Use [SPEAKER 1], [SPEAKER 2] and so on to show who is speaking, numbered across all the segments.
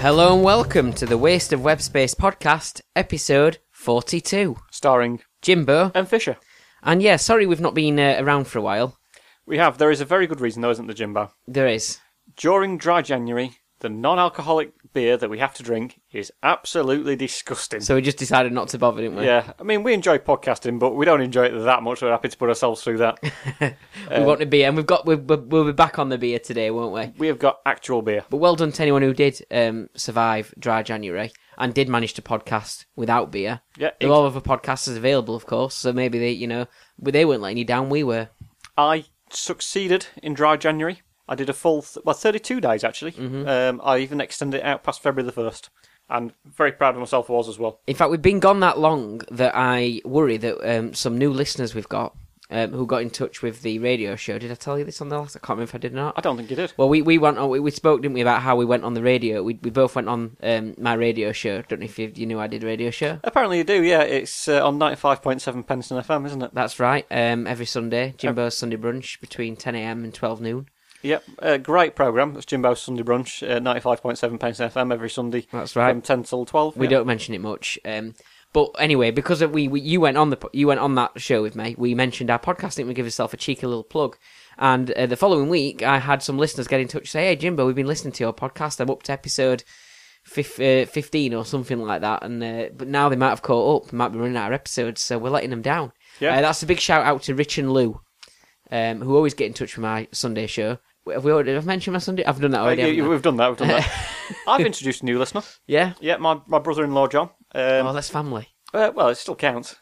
[SPEAKER 1] Hello and welcome to the Waste of Web Space podcast, episode 42.
[SPEAKER 2] starring
[SPEAKER 1] Jimbo.
[SPEAKER 2] M. Fisher.
[SPEAKER 1] And yeah, sorry we've not been uh, around for a while.
[SPEAKER 2] We have. There is a very good reason, though, isn't there, Jimbo?
[SPEAKER 1] There is.
[SPEAKER 2] During dry January, the non alcoholic beer that we have to drink is absolutely disgusting.
[SPEAKER 1] So we just decided not to bother, didn't we?
[SPEAKER 2] yeah, I mean, we enjoy podcasting, but we don't enjoy it that much. We're happy to put ourselves through that.
[SPEAKER 1] We
[SPEAKER 2] uh,
[SPEAKER 1] want to be, and we've got, we we- we'll be back on the beer today, won't we?
[SPEAKER 2] we have got actual beer.
[SPEAKER 1] But well done to anyone who did um, survive Dry January and did manage to podcast without beer.
[SPEAKER 2] Yeah,
[SPEAKER 1] There are other podcasts available, of course, so maybe they, you know, but they weren't letting you down, we were.
[SPEAKER 2] I succeeded in dry January. I did a full, th- well, 32 days actually.
[SPEAKER 1] Mm-hmm.
[SPEAKER 2] Um, I even extended it out past February the 1st. And very proud of myself I was as well.
[SPEAKER 1] In fact, we've been gone that long that I worry that um, some new listeners we've got um, who got in touch with the radio show. Did I tell you this on the last? I can't remember if I did or not.
[SPEAKER 2] I don't think you did.
[SPEAKER 1] Well, we, we went on, we, we spoke, didn't we, about how we went on the radio. We, we both went on um, my radio show. Don't know if you, you knew I did radio show.
[SPEAKER 2] Apparently you do, yeah. It's uh, on 95.7 Pence and FM, isn't it?
[SPEAKER 1] That's right. Um, every Sunday, Jimbo's Sunday brunch between 10 a.m. and 12 noon.
[SPEAKER 2] Yep, uh, great program. That's Jimbo's Sunday brunch, uh, ninety-five point seven pence FM every Sunday.
[SPEAKER 1] That's right.
[SPEAKER 2] from ten till twelve.
[SPEAKER 1] We
[SPEAKER 2] yeah.
[SPEAKER 1] don't mention it much. Um, but anyway, because of we, we you went on the po- you went on that show with me, we mentioned our podcast. Didn't we give yourself a cheeky little plug? And uh, the following week, I had some listeners get in touch say, "Hey Jimbo, we've been listening to your podcast. I'm up to episode." fif- uh, 15 or something like that and uh, but now they might have caught up might be running out of episodes so we're letting them down
[SPEAKER 2] Yeah.
[SPEAKER 1] Uh, that's a big shout out to rich and lou um, who always get in touch with my sunday show have we already have I mentioned my sunday i've done that
[SPEAKER 2] Uh,
[SPEAKER 1] already
[SPEAKER 2] you-
[SPEAKER 1] haven't
[SPEAKER 2] you-
[SPEAKER 1] I?
[SPEAKER 2] we've done that. We've done that. I've introduced a new listener.
[SPEAKER 1] yeah
[SPEAKER 2] Yeah, my, my brother-in-law John. Um,
[SPEAKER 1] oh that's family
[SPEAKER 2] uh, well, it still counts.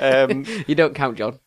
[SPEAKER 2] um,
[SPEAKER 1] you don't count john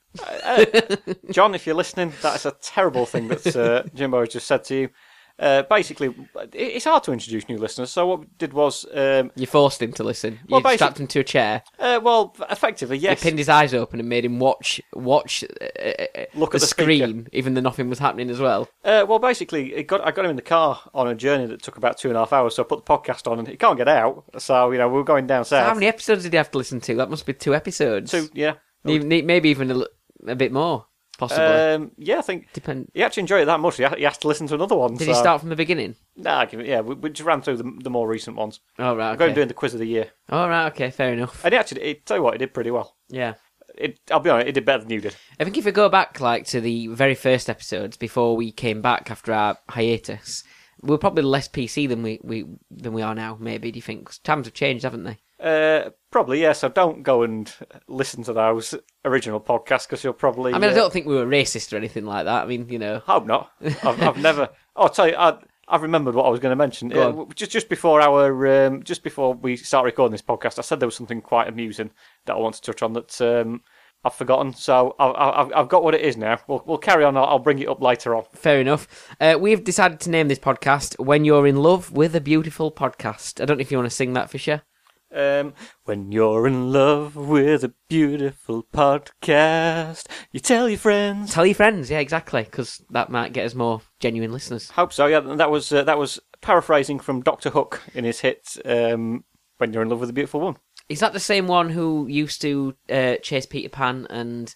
[SPEAKER 2] John, if you're listening, that is a terrible thing that uh, Jimbo has just said to you. Uh, basically, it- it's hard to introduce new listeners. So what we did was, um,
[SPEAKER 1] You forced him to listen. You
[SPEAKER 2] Well, basic-
[SPEAKER 1] strapped him to a chair.
[SPEAKER 2] uh, well, effectively, yes.
[SPEAKER 1] You pinned his eyes open and made him watch watch uh, uh, uh,
[SPEAKER 2] Look
[SPEAKER 1] the
[SPEAKER 2] at the speaker.
[SPEAKER 1] screen, even though nothing was happening as well.
[SPEAKER 2] Uh, well, basically, it got I got him in the car on a journey that took about two and a half hours. So I put the podcast on, and he can't get out. So you know, we were going down south.
[SPEAKER 1] How many episodes did he have to listen to? That must be two episodes.
[SPEAKER 2] Two, yeah,
[SPEAKER 1] Ne- ne- maybe even a, l- a bit more, possibly.
[SPEAKER 2] um, yeah. I think
[SPEAKER 1] Depend.
[SPEAKER 2] he actually enjoyed it that much. He had, he had to listen to another one.
[SPEAKER 1] Did
[SPEAKER 2] so.
[SPEAKER 1] he start from the beginning?
[SPEAKER 2] Nah, I give it, yeah. We, we just ran through the, the more recent ones.
[SPEAKER 1] All right.
[SPEAKER 2] I'm going
[SPEAKER 1] Okay.
[SPEAKER 2] to doing the quiz of the year,
[SPEAKER 1] All right. Okay. Fair enough.
[SPEAKER 2] and he actually, it, tell you what, it did pretty well.
[SPEAKER 1] Yeah.
[SPEAKER 2] It, I'll be honest, it did better than you did.
[SPEAKER 1] I think if we go back like to the very first episodes before we came back after our hiatus, we were probably less PC than we, we than we are now. Maybe do you think 'Cause times have changed, haven't they?
[SPEAKER 2] Uh, probably, yeah. So don't go and listen to those original podcasts because you'll probably.
[SPEAKER 1] I mean,
[SPEAKER 2] uh,
[SPEAKER 1] I don't think we were racist or anything like that. I mean, you know,
[SPEAKER 2] Hope not. I've, I've never. Oh, I'll tell you, I, I've remembered what I was going to mention.
[SPEAKER 1] Go
[SPEAKER 2] Uh,
[SPEAKER 1] on.
[SPEAKER 2] w- just just before our um, just before we start recording this podcast, I said there was something quite amusing that I want to touch on that um, I've forgotten. So I, I, I've- I've got what it is now. We'll we'll carry on. I'll, I'll bring it up later on.
[SPEAKER 1] fair enough. Uh, we've decided to name this podcast "When You're in Love with a Beautiful Podcast." I don't know if you want to sing that, Fisher.
[SPEAKER 2] Um, when you're in love with a beautiful podcast, you tell your friends.
[SPEAKER 1] Tell your friends, yeah, exactly, because that might get us more genuine listeners.
[SPEAKER 2] Hope so. Yeah, that was uh, that was paraphrasing from Doctor Hook in his hit um, "When You're in Love with a Beautiful One."
[SPEAKER 1] Is that the same one who used to uh, chase Peter Pan and?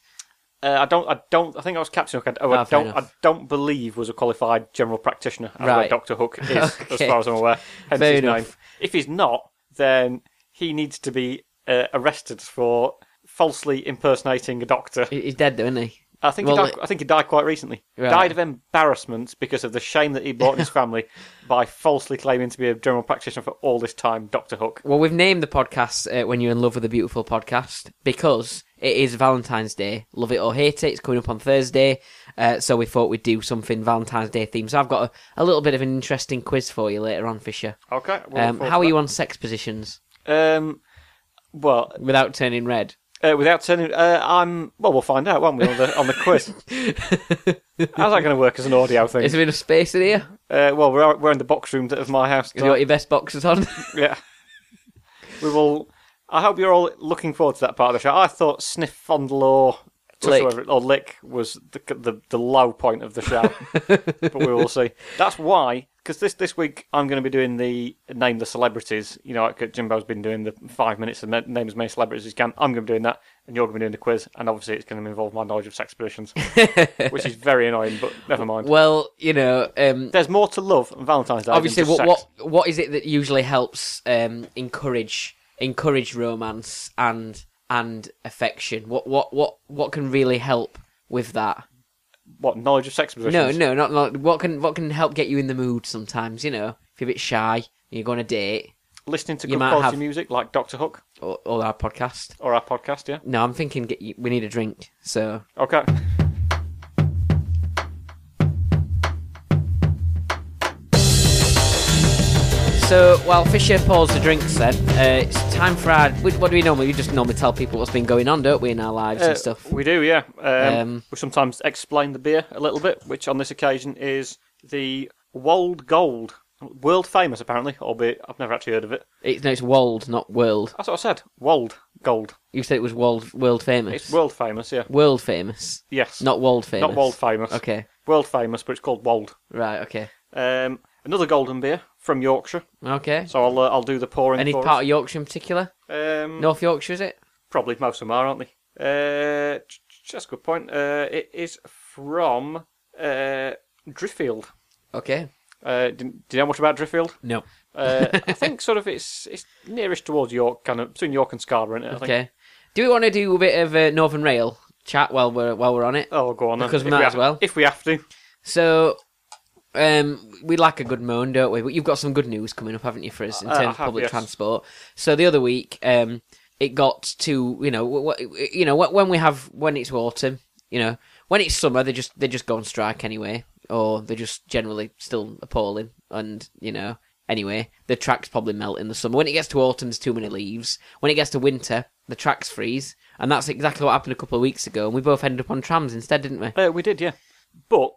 [SPEAKER 2] Uh, I don't. I don't. I think I was Captain Hook. I, oh,
[SPEAKER 1] Ah,
[SPEAKER 2] I
[SPEAKER 1] fair
[SPEAKER 2] don't. I
[SPEAKER 1] enough.
[SPEAKER 2] don't believe was a qualified general practitioner. as
[SPEAKER 1] Right.
[SPEAKER 2] Doctor Hook is, as
[SPEAKER 1] Okay.
[SPEAKER 2] far as I'm aware. Hence
[SPEAKER 1] Fair
[SPEAKER 2] his
[SPEAKER 1] enough.
[SPEAKER 2] name. If he's not, then he needs to be uh, arrested for falsely impersonating a doctor.
[SPEAKER 1] He- He's dead though, isn't he?
[SPEAKER 2] I think.
[SPEAKER 1] Well,
[SPEAKER 2] he died, I think he died quite recently.
[SPEAKER 1] Right.
[SPEAKER 2] Died of embarrassment because of the shame that he brought on his family by falsely claiming to be a general practitioner for all this time. Doctor Hook.
[SPEAKER 1] Well, we've named the podcast uh, "When You're in Love with a Beautiful Podcast" because it is Valentine's Day. Love it or hate it, it's coming up on Thursday, uh, so we thought we'd do something Valentine's Day themed. So I've got a, a little bit of an interesting quiz for you later on, Fisher.
[SPEAKER 2] Okay. we'll look
[SPEAKER 1] Um,
[SPEAKER 2] forward
[SPEAKER 1] how
[SPEAKER 2] to
[SPEAKER 1] are you on sex positions
[SPEAKER 2] that. Um. Well,
[SPEAKER 1] without turning red?
[SPEAKER 2] Uh, without turning, uh, I'm well. We'll find out, won't we, on the on the quiz? How's that going to work as an audio thing?
[SPEAKER 1] Is there enough space in here?
[SPEAKER 2] Uh, well, we're we're in the box room of my house.
[SPEAKER 1] Have you got your best boxes on?
[SPEAKER 2] Yeah, we will. I hope you're all looking forward to that part of the show. I thought sniff, fondle, or
[SPEAKER 1] Lick.
[SPEAKER 2] touch Or, or lick was the, the the low point of the show, but we will see. That's why because this this week I'm going to be doing the name the celebrities. You know, like Jimbo's been doing the five minutes and name as many celebrities as you can. I'm going to be doing that, and you're going to be doing the quiz, and obviously it's going to involve my knowledge of sex positions, which is very annoying. But never mind.
[SPEAKER 1] Well, you know, um,
[SPEAKER 2] There's more to love on Valentine's Day. than
[SPEAKER 1] obviously,
[SPEAKER 2] just
[SPEAKER 1] what,
[SPEAKER 2] sex.
[SPEAKER 1] what what is it that usually helps um, encourage encourage romance and and affection? What what what what can really help with that?
[SPEAKER 2] What, knowledge of sex positions?
[SPEAKER 1] No, no, not, not what can what can help get you in the mood sometimes. You know, if you're a bit shy and you go on a date
[SPEAKER 2] Listening to
[SPEAKER 1] You
[SPEAKER 2] good
[SPEAKER 1] might
[SPEAKER 2] quality
[SPEAKER 1] have-
[SPEAKER 2] music like Doctor Hook
[SPEAKER 1] or, or our podcast.
[SPEAKER 2] or our podcast. Yeah.
[SPEAKER 1] No, I'm thinking get you, we need a drink. So
[SPEAKER 2] Okay.
[SPEAKER 1] So while Fisher pours the drinks, then uh, it's time for our. What what do we normally? We just normally tell people what's been going on, don't we, in our lives
[SPEAKER 2] Uh,
[SPEAKER 1] and stuff?
[SPEAKER 2] We do, yeah. Um,
[SPEAKER 1] Um,
[SPEAKER 2] we sometimes explain the beer a little bit, which on this occasion is the Wold Gold. World famous, apparently, albeit I've never actually heard of it.
[SPEAKER 1] It's no, it's Wold, not World.
[SPEAKER 2] That's what I said. Wold Gold.
[SPEAKER 1] You said it was Wold, world famous.
[SPEAKER 2] It's world famous, yeah.
[SPEAKER 1] world famous,
[SPEAKER 2] Yes.
[SPEAKER 1] not Wold famous.
[SPEAKER 2] Not world famous.
[SPEAKER 1] Okay,
[SPEAKER 2] World famous, but it's called Wold.
[SPEAKER 1] right, okay,
[SPEAKER 2] Um, another golden beer from Yorkshire.
[SPEAKER 1] okay.
[SPEAKER 2] So I'll uh, I'll do the pouring
[SPEAKER 1] Any
[SPEAKER 2] for us.
[SPEAKER 1] part of Yorkshire in particular?
[SPEAKER 2] Um,
[SPEAKER 1] North Yorkshire, is it?
[SPEAKER 2] Probably most of them are, aren't they? Uh, ch- ch- that's a good point. Uh, it is from uh, Driffield.
[SPEAKER 1] Okay.
[SPEAKER 2] Uh, do, do you know much about Driffield?
[SPEAKER 1] No.
[SPEAKER 2] Uh, I think sort of it's it's nearest towards York, kind of between York and Scarborough. Isn't it, I think.
[SPEAKER 1] Okay. Do we want to do a bit of uh, Northern Rail chat while we're while we're on it?
[SPEAKER 2] Oh, go on then.
[SPEAKER 1] Because we
[SPEAKER 2] If
[SPEAKER 1] might
[SPEAKER 2] ha-
[SPEAKER 1] as well.
[SPEAKER 2] If we have to.
[SPEAKER 1] So, um, we like a good moan, don't we? But you've got some good news coming up, haven't you, for us in
[SPEAKER 2] Uh, I
[SPEAKER 1] terms of
[SPEAKER 2] have,
[SPEAKER 1] public
[SPEAKER 2] yes.
[SPEAKER 1] transport? So the other week, um, it got to you know, w- w- you know, wh- when we have when it's autumn, you know, when it's summer, they just they just go on strike anyway, or they're just generally still appalling, and you know. Anyway, the tracks probably melt in the summer. When it gets to autumn, there's too many leaves. When it gets to winter, the tracks freeze, and that's exactly what happened a couple of weeks ago. And we both ended up on trams instead, didn't we?
[SPEAKER 2] Uh, we did, yeah. But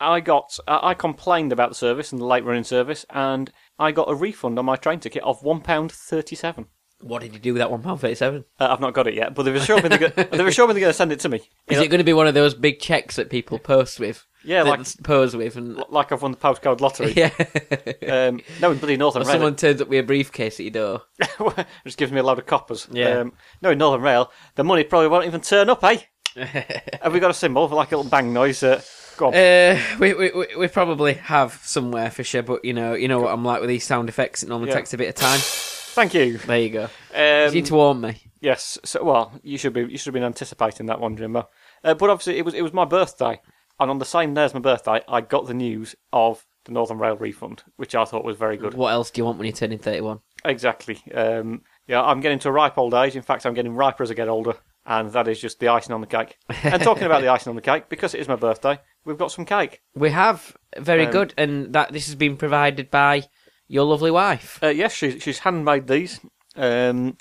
[SPEAKER 2] I got I I complained about the service and the late running service, and I got a refund on my train ticket of one pound thirty seven.
[SPEAKER 1] What did you do with that one pound thirty-seven?
[SPEAKER 2] Uh, I've not got it yet, but they've assured me they're go- they've assured me they're going to send it to me.
[SPEAKER 1] Is
[SPEAKER 2] You know,
[SPEAKER 1] it going to be one of those big checks that people post with?
[SPEAKER 2] Yeah,
[SPEAKER 1] that
[SPEAKER 2] like-
[SPEAKER 1] s- pose with, and
[SPEAKER 2] l- like I've won the postcode lottery.
[SPEAKER 1] yeah,
[SPEAKER 2] Um, no, in bloody Northern
[SPEAKER 1] or
[SPEAKER 2] Rail.
[SPEAKER 1] someone turns up with a briefcase at your door.
[SPEAKER 2] it just gives me a load of coppers.
[SPEAKER 1] Yeah.
[SPEAKER 2] Um, no, in Northern Rail, the money probably won't even turn up, eh? Have we got a symbol for like a little bang noise? Uh, go on.
[SPEAKER 1] Uh, we, we we- we probably have somewhere for sure, but you know you know what I'm like with these sound effects. It normally
[SPEAKER 2] Yeah.
[SPEAKER 1] takes a bit of time.
[SPEAKER 2] Thank you.
[SPEAKER 1] There you go.
[SPEAKER 2] Um,
[SPEAKER 1] You need to warn me.
[SPEAKER 2] Yes. So, well, you should be you should have been anticipating that one, Jimbo. Uh, but obviously, it was it was my birthday, and on the same day as my birthday, I got the news of the Northern Rail refund, which I thought was very good.
[SPEAKER 1] What else do you want when you're turning 31?
[SPEAKER 2] Exactly. Um, yeah, I'm getting to a ripe old age. In fact, I'm getting riper as I get older, and that is just the icing on the cake. and talking about the icing on the cake, because it is my birthday, we've got some cake.
[SPEAKER 1] We have very
[SPEAKER 2] Um,
[SPEAKER 1] good, and that this has been provided by your lovely wife.
[SPEAKER 2] Uh, yes, she's she's handmade these. Um,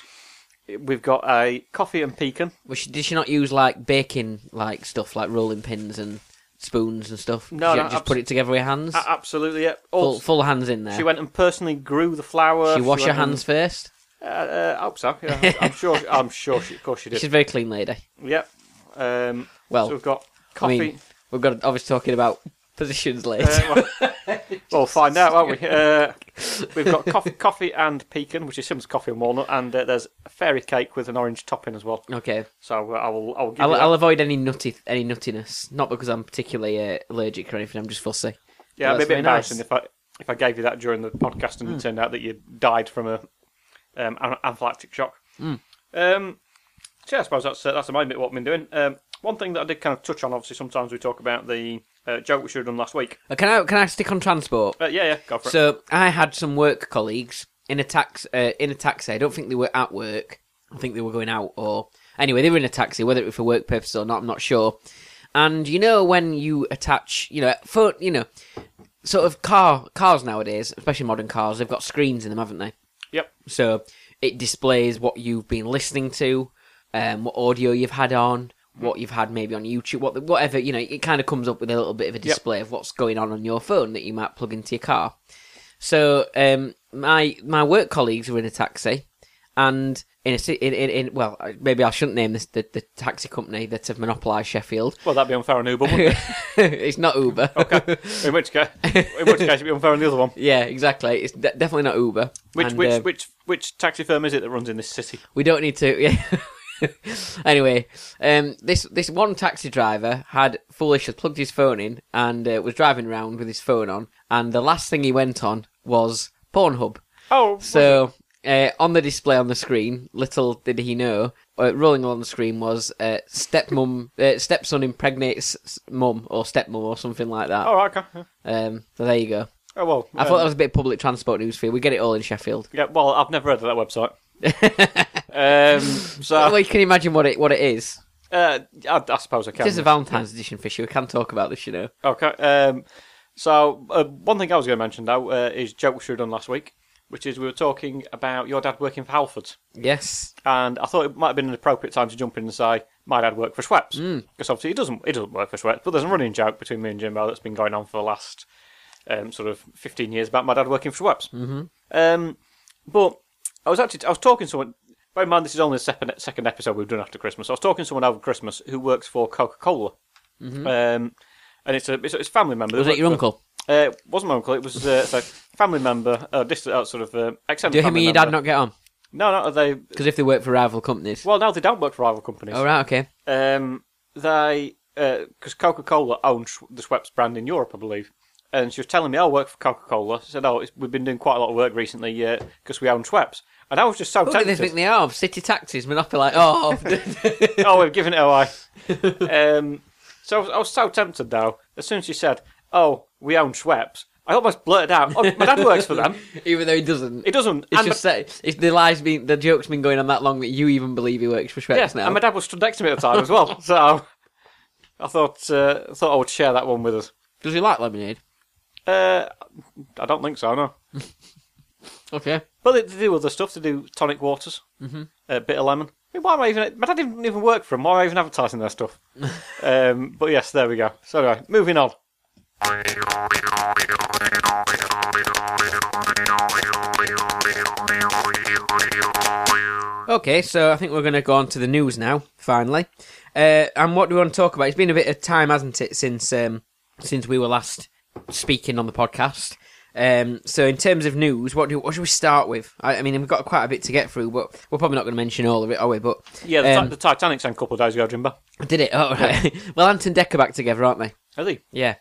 [SPEAKER 2] we've got a coffee and pecan.
[SPEAKER 1] Was she, did she not use like baking like stuff like rolling pins and spoons and stuff?
[SPEAKER 2] No,
[SPEAKER 1] She
[SPEAKER 2] no,
[SPEAKER 1] just
[SPEAKER 2] abs-
[SPEAKER 1] put it together with hands.
[SPEAKER 2] A- absolutely, yeah.
[SPEAKER 1] full,
[SPEAKER 2] Also,
[SPEAKER 1] full hands in there.
[SPEAKER 2] she went and personally grew the flower.
[SPEAKER 1] She wash her
[SPEAKER 2] went and-
[SPEAKER 1] hands first.
[SPEAKER 2] Uh, uh, I hope so. Yeah, I'm- I'm sure. I'm sure. She, of course, she
[SPEAKER 1] She's a
[SPEAKER 2] did.
[SPEAKER 1] very clean lady.
[SPEAKER 2] Yep. Um,
[SPEAKER 1] Well,
[SPEAKER 2] so we've got
[SPEAKER 1] I
[SPEAKER 2] coffee.
[SPEAKER 1] mean, we've got obviously talking about positions later.
[SPEAKER 2] Uh, well, we'll find out, won't we? Uh, we've got coffee, coffee and pecan, which is Sims coffee and walnut, and uh, there's a fairy cake with an orange topping as well.
[SPEAKER 1] okay,
[SPEAKER 2] So uh, I will, I will give
[SPEAKER 1] I'll,
[SPEAKER 2] you that.
[SPEAKER 1] I'll avoid any nutty any nuttiness. Not because I'm particularly uh, allergic or anything. I'm just fussy.
[SPEAKER 2] yeah, it'd be a
[SPEAKER 1] that's very
[SPEAKER 2] bit
[SPEAKER 1] nice. Hmm.
[SPEAKER 2] embarrassing if I if I gave you that during the podcast and it turned out that you died from a um, an- anaphylactic shock.
[SPEAKER 1] Hmm.
[SPEAKER 2] Um, so yeah, I suppose that's uh, that's the main bit what I've been doing. Um, one thing that I did kind of touch on, obviously, sometimes we talk about the uh, joke we should have done last week.
[SPEAKER 1] Uh, Can I can I stick on transport?
[SPEAKER 2] Uh, yeah, yeah, go for it.
[SPEAKER 1] So I had some work colleagues in a tax uh, in a taxi. I don't think they were at work. I think they were going out or anyway they were in a taxi, whether it was for work purposes or not, I'm not sure. And you know when you attach, you know, phone, you know, sort of car cars nowadays, especially modern cars, they've got screens in them, haven't they?
[SPEAKER 2] Yep.
[SPEAKER 1] So it displays what you've been listening to, um, what audio you've had on, what you've had maybe on YouTube, what whatever you know. It kind of comes up with a little bit of a display of what's going on on your phone that you might plug into your car. So um, my my work colleagues were in a taxi, And in a ci- in, in, in well, uh, maybe I shouldn't name this the, the taxi company that have monopolised Sheffield.
[SPEAKER 2] Well, that'd be unfair on Uber, wouldn't it?
[SPEAKER 1] it's not Uber.
[SPEAKER 2] Okay. In which case, in which case, it'd be unfair on the other one.
[SPEAKER 1] Yeah, exactly. It's de- definitely not Uber.
[SPEAKER 2] Which
[SPEAKER 1] And,
[SPEAKER 2] which
[SPEAKER 1] uh,
[SPEAKER 2] which which taxi firm is it that runs in this city?
[SPEAKER 1] We don't need to. Yeah. anyway, um, this this one taxi driver had foolish had plugged his phone in and uh, was driving around with his phone on, and the last thing he went on was Pornhub.
[SPEAKER 2] Oh,
[SPEAKER 1] So uh, on the display on the screen, little did he know, uh, rolling on the screen was uh, stepmum, uh, stepson impregnates s- mum or stepmum or something like that.
[SPEAKER 2] all right, okay. yeah.
[SPEAKER 1] Um, so there you go.
[SPEAKER 2] Oh well.
[SPEAKER 1] I thought
[SPEAKER 2] um,
[SPEAKER 1] that was a bit of public transport news for you. We get it all in Sheffield.
[SPEAKER 2] yeah. Well, I've never heard of that website. um, so
[SPEAKER 1] well, you can imagine what it what it is.
[SPEAKER 2] uh, I, I suppose I can.
[SPEAKER 1] This is a Valentine's edition, Fisher. We can talk about this, you know.
[SPEAKER 2] Okay. Um, so uh, one thing I was going to mention though uh, is jokes we were done last week, which is we were talking about your dad working for Halfords,
[SPEAKER 1] Yes.
[SPEAKER 2] and I thought it might have been an appropriate time to jump in and say my dad worked for Schweppes
[SPEAKER 1] Mm.
[SPEAKER 2] because obviously he doesn't he doesn't work for Schweppes, but there's a running joke between me and Jimbo that's been going on for the last um, sort of 15 years about my dad working for Schweppes. Mm-hmm. Um, but I was actually I was talking to someone. Bear in mind, this is only the second second episode we've done after Christmas. I was talking to someone over Christmas who works for Coca Cola, um, and it's a it's, a- it's a family member.
[SPEAKER 1] Mm-hmm. Was it your
[SPEAKER 2] uncle?
[SPEAKER 1] uncle?
[SPEAKER 2] Uh, it wasn't my uncle. It was uh, so family member, uh, distant, uh, sort of uh, extended.
[SPEAKER 1] Do him and
[SPEAKER 2] family
[SPEAKER 1] your dad
[SPEAKER 2] member.
[SPEAKER 1] not get on?
[SPEAKER 2] No, no, they.
[SPEAKER 1] Because if they work for rival companies.
[SPEAKER 2] Well, no, they don't work for rival companies.
[SPEAKER 1] All right, okay.
[SPEAKER 2] Um, they because Coca Cola owns Sch- the Schweppes brand in Europe, I believe. And she was telling me, "I work for Coca Cola." She said, "Oh, it's, we've been doing quite a lot of work recently because we own Schweppes." And I was just so
[SPEAKER 1] What do
[SPEAKER 2] tempted.
[SPEAKER 1] they think they are? City taxis, monopoly. Oh,
[SPEAKER 2] oh, we've given it away. um, so I was, I was so tempted though. As soon as she said, "Oh, we own Schweppes," I almost blurted out, "Oh, my dad works for them."
[SPEAKER 1] even though he doesn't.
[SPEAKER 2] It doesn't.
[SPEAKER 1] It's
[SPEAKER 2] And
[SPEAKER 1] just that it's, the lies been the joke's been going on that long that you even believe he works for Schweppes
[SPEAKER 2] Yeah,
[SPEAKER 1] now.
[SPEAKER 2] and my dad was stood next to me at the time as well. So I thought uh, I thought I would share that one with us.
[SPEAKER 1] Does he like lemonade?
[SPEAKER 2] Uh, I don't think so, no.
[SPEAKER 1] Okay.
[SPEAKER 2] But they, they do other stuff. They do tonic waters, mm-hmm. uh, bit of lemon. I mean, why am I even? My dad didn't even work for him. Why am I even advertising their stuff? um, but yes, there we go. So anyway, moving on.
[SPEAKER 1] Okay, so I think we're going to go on to the news now, finally. Uh, and what do we want to talk about? It's been a bit of time, hasn't it, since um, since we were last speaking on the podcast. Um, so in terms of news, what do what should we start with? I, I mean, we've got quite a bit to get through, but we're probably not going to mention all of it, are we? But
[SPEAKER 2] Yeah, the, Ti-
[SPEAKER 1] um,
[SPEAKER 2] the Titanic sank a couple of days ago, Jimbo.
[SPEAKER 1] did it? Oh, right. well, Ant and Deck are back together, aren't they?
[SPEAKER 2] Are they?
[SPEAKER 1] Yeah,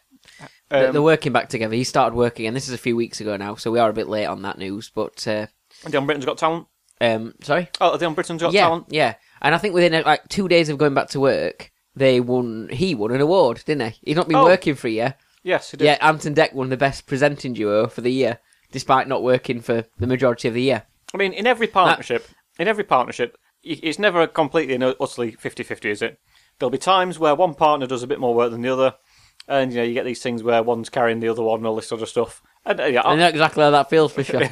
[SPEAKER 1] They're-
[SPEAKER 2] Um,
[SPEAKER 1] they're working back together. He started working, and this is a few weeks ago now, so we are a bit late on that news. But uh,
[SPEAKER 2] the on Britain's Got Talent.
[SPEAKER 1] um, sorry.
[SPEAKER 2] Oh, are they on Britain's Got
[SPEAKER 1] yeah,
[SPEAKER 2] Talent.
[SPEAKER 1] Yeah, and I think within uh, like two days of going back to work, they won. He won an award, didn't he? He's not been
[SPEAKER 2] Oh.
[SPEAKER 1] working for a year.
[SPEAKER 2] Yes, it is.
[SPEAKER 1] Yeah, Anton Deck won the best presenting duo for the year, despite not working for the majority of the year.
[SPEAKER 2] I mean, in every partnership, in every partnership, i- it's never completely and utterly 50-50, is it? There'll be times where one partner does a bit more work than the other, and you know you get these things where one's carrying the other one and all this sort of stuff. And uh, yeah,
[SPEAKER 1] I know exactly how that feels for sure.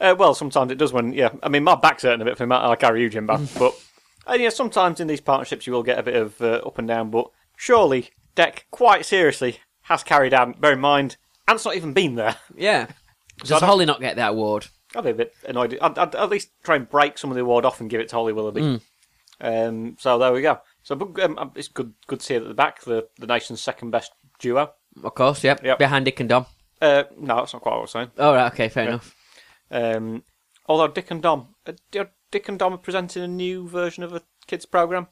[SPEAKER 2] uh, well, sometimes it does when yeah. I mean, my back's hurting a bit for the amount I carry you, Jim, back, but uh, yeah, sometimes in these partnerships you will get a bit of uh, up and down. But surely Deck quite seriously has carried out. Bear in mind, Ant's not even been there.
[SPEAKER 1] yeah. Does
[SPEAKER 2] don't-
[SPEAKER 1] Holly not get that award?
[SPEAKER 2] I'd be a bit annoyed. I'd, I'd at least try and break some of the award off and give it to Holly Willoughby.
[SPEAKER 1] Hmm.
[SPEAKER 2] Um, so there we go. So but, um, it's good good to see it at the back, the, the nation's second best duo.
[SPEAKER 1] Of course, yep.
[SPEAKER 2] Yep.
[SPEAKER 1] Behind Dick and Dom.
[SPEAKER 2] Uh, no, that's not quite what I was saying.
[SPEAKER 1] All right, okay, fair enough.
[SPEAKER 2] Um, although Dick and Dom, uh, D- Dick and Dom are presenting a new version of a kids program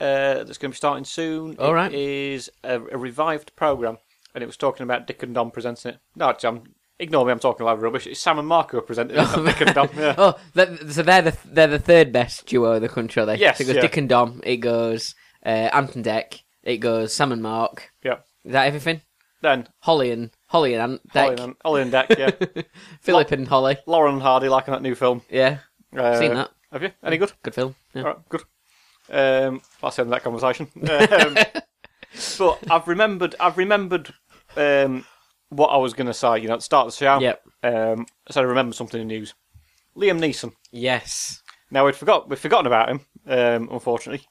[SPEAKER 2] uh, that's going to be starting soon.
[SPEAKER 1] All
[SPEAKER 2] It
[SPEAKER 1] right.
[SPEAKER 2] is a, a revived program, and it was talking about Dick and Dom presenting it. No, actually, I'm, ignore me. I'm talking a lot of rubbish. It's Sam and Mark who are presenting it. not Dick and Dom. Yeah.
[SPEAKER 1] Oh, that, so they're the they're the third best duo of the country, are they?
[SPEAKER 2] Yes,
[SPEAKER 1] So it goes
[SPEAKER 2] yeah.
[SPEAKER 1] Dick and Dom. It goes uh, Anton Deck. It goes Sam and Mark.
[SPEAKER 2] yeah.
[SPEAKER 1] Is that everything?
[SPEAKER 2] Then
[SPEAKER 1] Holly and Holly and Ant, Deck,
[SPEAKER 2] Ollie and, Ollie and Deck, yeah.
[SPEAKER 1] Philip and Holly.
[SPEAKER 2] Lauren Hardy liking that new film.
[SPEAKER 1] Yeah,
[SPEAKER 2] Uh,
[SPEAKER 1] Seen that.
[SPEAKER 2] Have you? Any good?
[SPEAKER 1] good film. Yeah.
[SPEAKER 2] All right, good. Um, that's the end of that conversation. Um, but I've remembered. I've remembered um, what I was going to say. You know, at the start of the show.
[SPEAKER 1] Yep.
[SPEAKER 2] Um, so I remembered something in the news. Liam Neeson.
[SPEAKER 1] Yes.
[SPEAKER 2] Now we'd forgot. We'd forgotten about him, um, unfortunately.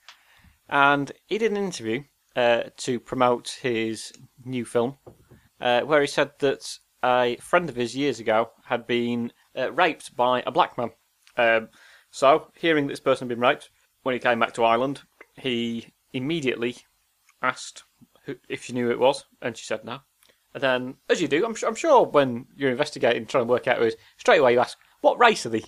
[SPEAKER 2] And he did an interview uh, to promote his new film, uh, where he said that a friend of his years ago had been uh, raped by a black man. Um, So, hearing this person had been raped, when he came back to Ireland, he immediately asked who, if she knew who it was, and she said no. And then, as you do, I'm, su- I'm sure when you're investigating, trying to work out who it is, straight away you ask, what race are they?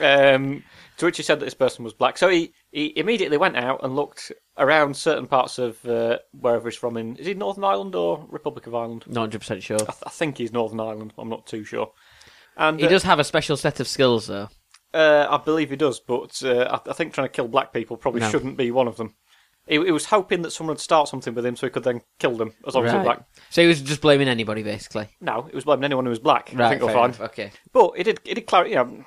[SPEAKER 2] um, to which he said that this person was black. So he, he immediately went out and looked around certain parts of uh, wherever he's from in, is he Northern Ireland or Republic of Ireland?
[SPEAKER 1] Not 100% sure.
[SPEAKER 2] I, th- I think he's Northern Ireland, I'm not too sure. And
[SPEAKER 1] He
[SPEAKER 2] uh,
[SPEAKER 1] does have a special set of skills, though.
[SPEAKER 2] uh, I believe he does, but uh, I, I think trying to kill black people probably
[SPEAKER 1] No.
[SPEAKER 2] shouldn't be one of them. He, he was hoping that someone would start something with him so he could then kill them, as long as they're black.
[SPEAKER 1] So he was just blaming anybody, basically.
[SPEAKER 2] No, it was blaming anyone who was black. I think
[SPEAKER 1] fair
[SPEAKER 2] we're fine.
[SPEAKER 1] enough, Okay.
[SPEAKER 2] But it did, it did clarify, you know,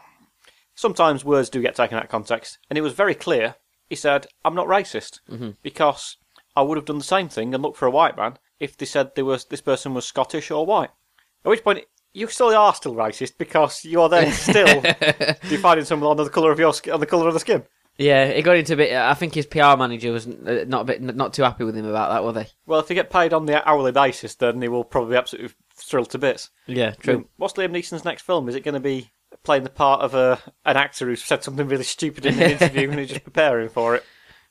[SPEAKER 2] sometimes words do get taken out of context, and it was very clear. He said, I'm not racist,
[SPEAKER 1] Mm-hmm.
[SPEAKER 2] because I would have done the same thing and looked for a white man if they said they were, this person was Scottish or white. At which point, you still are still racist because you're then still defining someone on the colour of your skin, on the colour of the skin.
[SPEAKER 1] Yeah, it got into a bit. I think his PR manager was uh, not a bit, not too happy with him about that, were they?
[SPEAKER 2] Well, if they get paid on the hourly basis, then they will probably be absolutely thrilled to bits.
[SPEAKER 1] Yeah,
[SPEAKER 2] Mm. What's Liam Neeson's next film? Is it going to be playing the part of a an actor who said something really stupid in an interview and he's just preparing for it?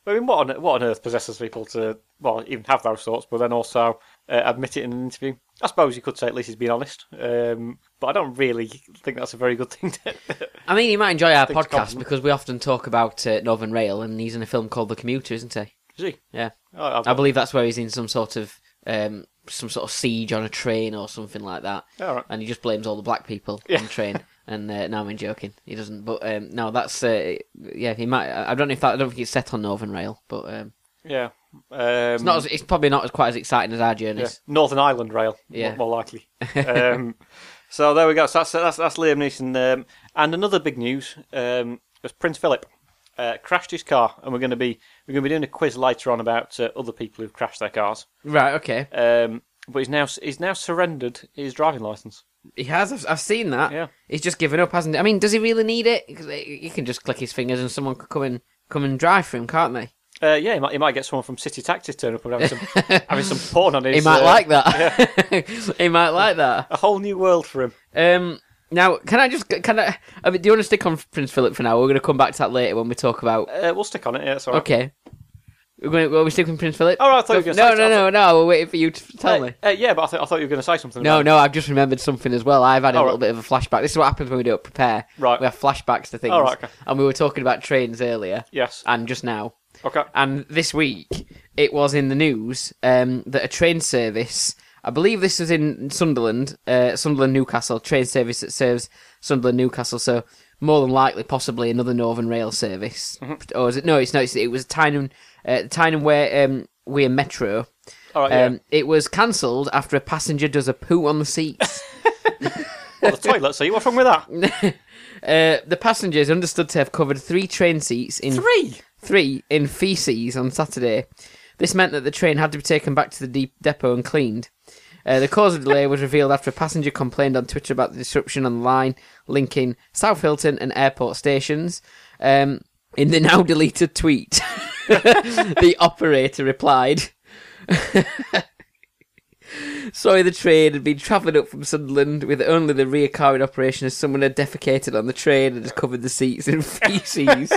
[SPEAKER 2] I mean, what on, e-, what on earth possesses people to well even have those thoughts, but then also uh, admit it in an interview? I suppose you could say at least he's been honest, um, but I don't really think that's a very good thing. To,
[SPEAKER 1] I mean, he might enjoy our
[SPEAKER 2] Think it's
[SPEAKER 1] podcast
[SPEAKER 2] compliment.
[SPEAKER 1] because we often talk about uh, Northern Rail, and he's in a film called The Commuter, isn't he?
[SPEAKER 2] is he?
[SPEAKER 1] Yeah,
[SPEAKER 2] I,
[SPEAKER 1] I believe that's where he's in some sort of um, some sort of siege on a train or something like that,
[SPEAKER 2] all right.
[SPEAKER 1] and he just blames all the black people
[SPEAKER 2] Yeah.
[SPEAKER 1] on the train. And uh, no, I'm joking. He doesn't, but um, no, that's uh, yeah. He might. I I don't know if that. I don't think it's set on Northern Rail, but um,
[SPEAKER 2] Yeah. Um,
[SPEAKER 1] it's not. As, it's probably not as quite as exciting as our
[SPEAKER 2] Yeah,
[SPEAKER 1] journeys.
[SPEAKER 2] Northern Ireland Rail,
[SPEAKER 1] Yeah.
[SPEAKER 2] more, more likely. um, so there we go. So that's that's, that's Liam Neeson. Um, and another big news um, was Prince Philip uh, crashed his car, and we're going to be we're going to be doing a quiz later on about uh, other people who've crashed their cars.
[SPEAKER 1] Right. Okay.
[SPEAKER 2] Um, but he's now he's now surrendered his driving license.
[SPEAKER 1] He has. I've, I've seen that.
[SPEAKER 2] Yeah.
[SPEAKER 1] He's just given up, hasn't he? I mean, does he really need it? 'Cause he he can just click his fingers and someone could come and come and drive for him, can't they?
[SPEAKER 2] Uh, yeah, he might, he might get someone from City Taxi turn up and having some, having some porn on his.
[SPEAKER 1] he might
[SPEAKER 2] uh,
[SPEAKER 1] like that. he might like that.
[SPEAKER 2] a whole new world for him.
[SPEAKER 1] Um. Now, can I just can I? I mean, do you want to stick on Prince Philip for now? We're going to come back to that later when we talk about.
[SPEAKER 2] Uh, we'll stick on it. Yeah, that's all right.
[SPEAKER 1] Okay. We're going. Will we stick with Prince Philip?
[SPEAKER 2] Oh, I thought you were gonna
[SPEAKER 1] no,
[SPEAKER 2] say- I
[SPEAKER 1] no, no, no. We're waiting for you to tell
[SPEAKER 2] Uh,
[SPEAKER 1] me.
[SPEAKER 2] uh, yeah, but I, th- I thought you were going to say something.
[SPEAKER 1] No,
[SPEAKER 2] about
[SPEAKER 1] no, I've just remembered something as well. I've had a
[SPEAKER 2] All
[SPEAKER 1] little
[SPEAKER 2] right.
[SPEAKER 1] bit of a flashback. This is what happens when we don't prepare.
[SPEAKER 2] Right.
[SPEAKER 1] We have flashbacks to things.
[SPEAKER 2] All right, okay.
[SPEAKER 1] And we were talking about trains earlier
[SPEAKER 2] it. Yes.
[SPEAKER 1] and just now.
[SPEAKER 2] Okay.
[SPEAKER 1] And this week, it was in the news um, that a train service, I believe this was in Sunderland, uh, Sunderland Newcastle, train service that serves Sunderland Newcastle. So more than likely, possibly another Northern Rail service, or is it? No, it's not. It's, it was Tynham, uh, Tynham where um, Weir Metro.
[SPEAKER 2] All right. Oh, yeah.
[SPEAKER 1] Um, It was cancelled after a passenger does a poo on the seats.
[SPEAKER 2] Well, the toilet seat. What's wrong with that?
[SPEAKER 1] uh, the passenger is understood to have covered three train seats in
[SPEAKER 2] Three.
[SPEAKER 1] three in feces on Saturday. This meant that the train had to be taken back to the deep depot and cleaned. Uh, the cause of the delay was revealed after a passenger complained on Twitter about the disruption on the line linking South Hilton and airport stations. Um, in the now deleted tweet, the operator replied. Sorry, the train had been travelling up from Sunderland with only the rear car in operation as someone had defecated on the train and had covered the seats in feces.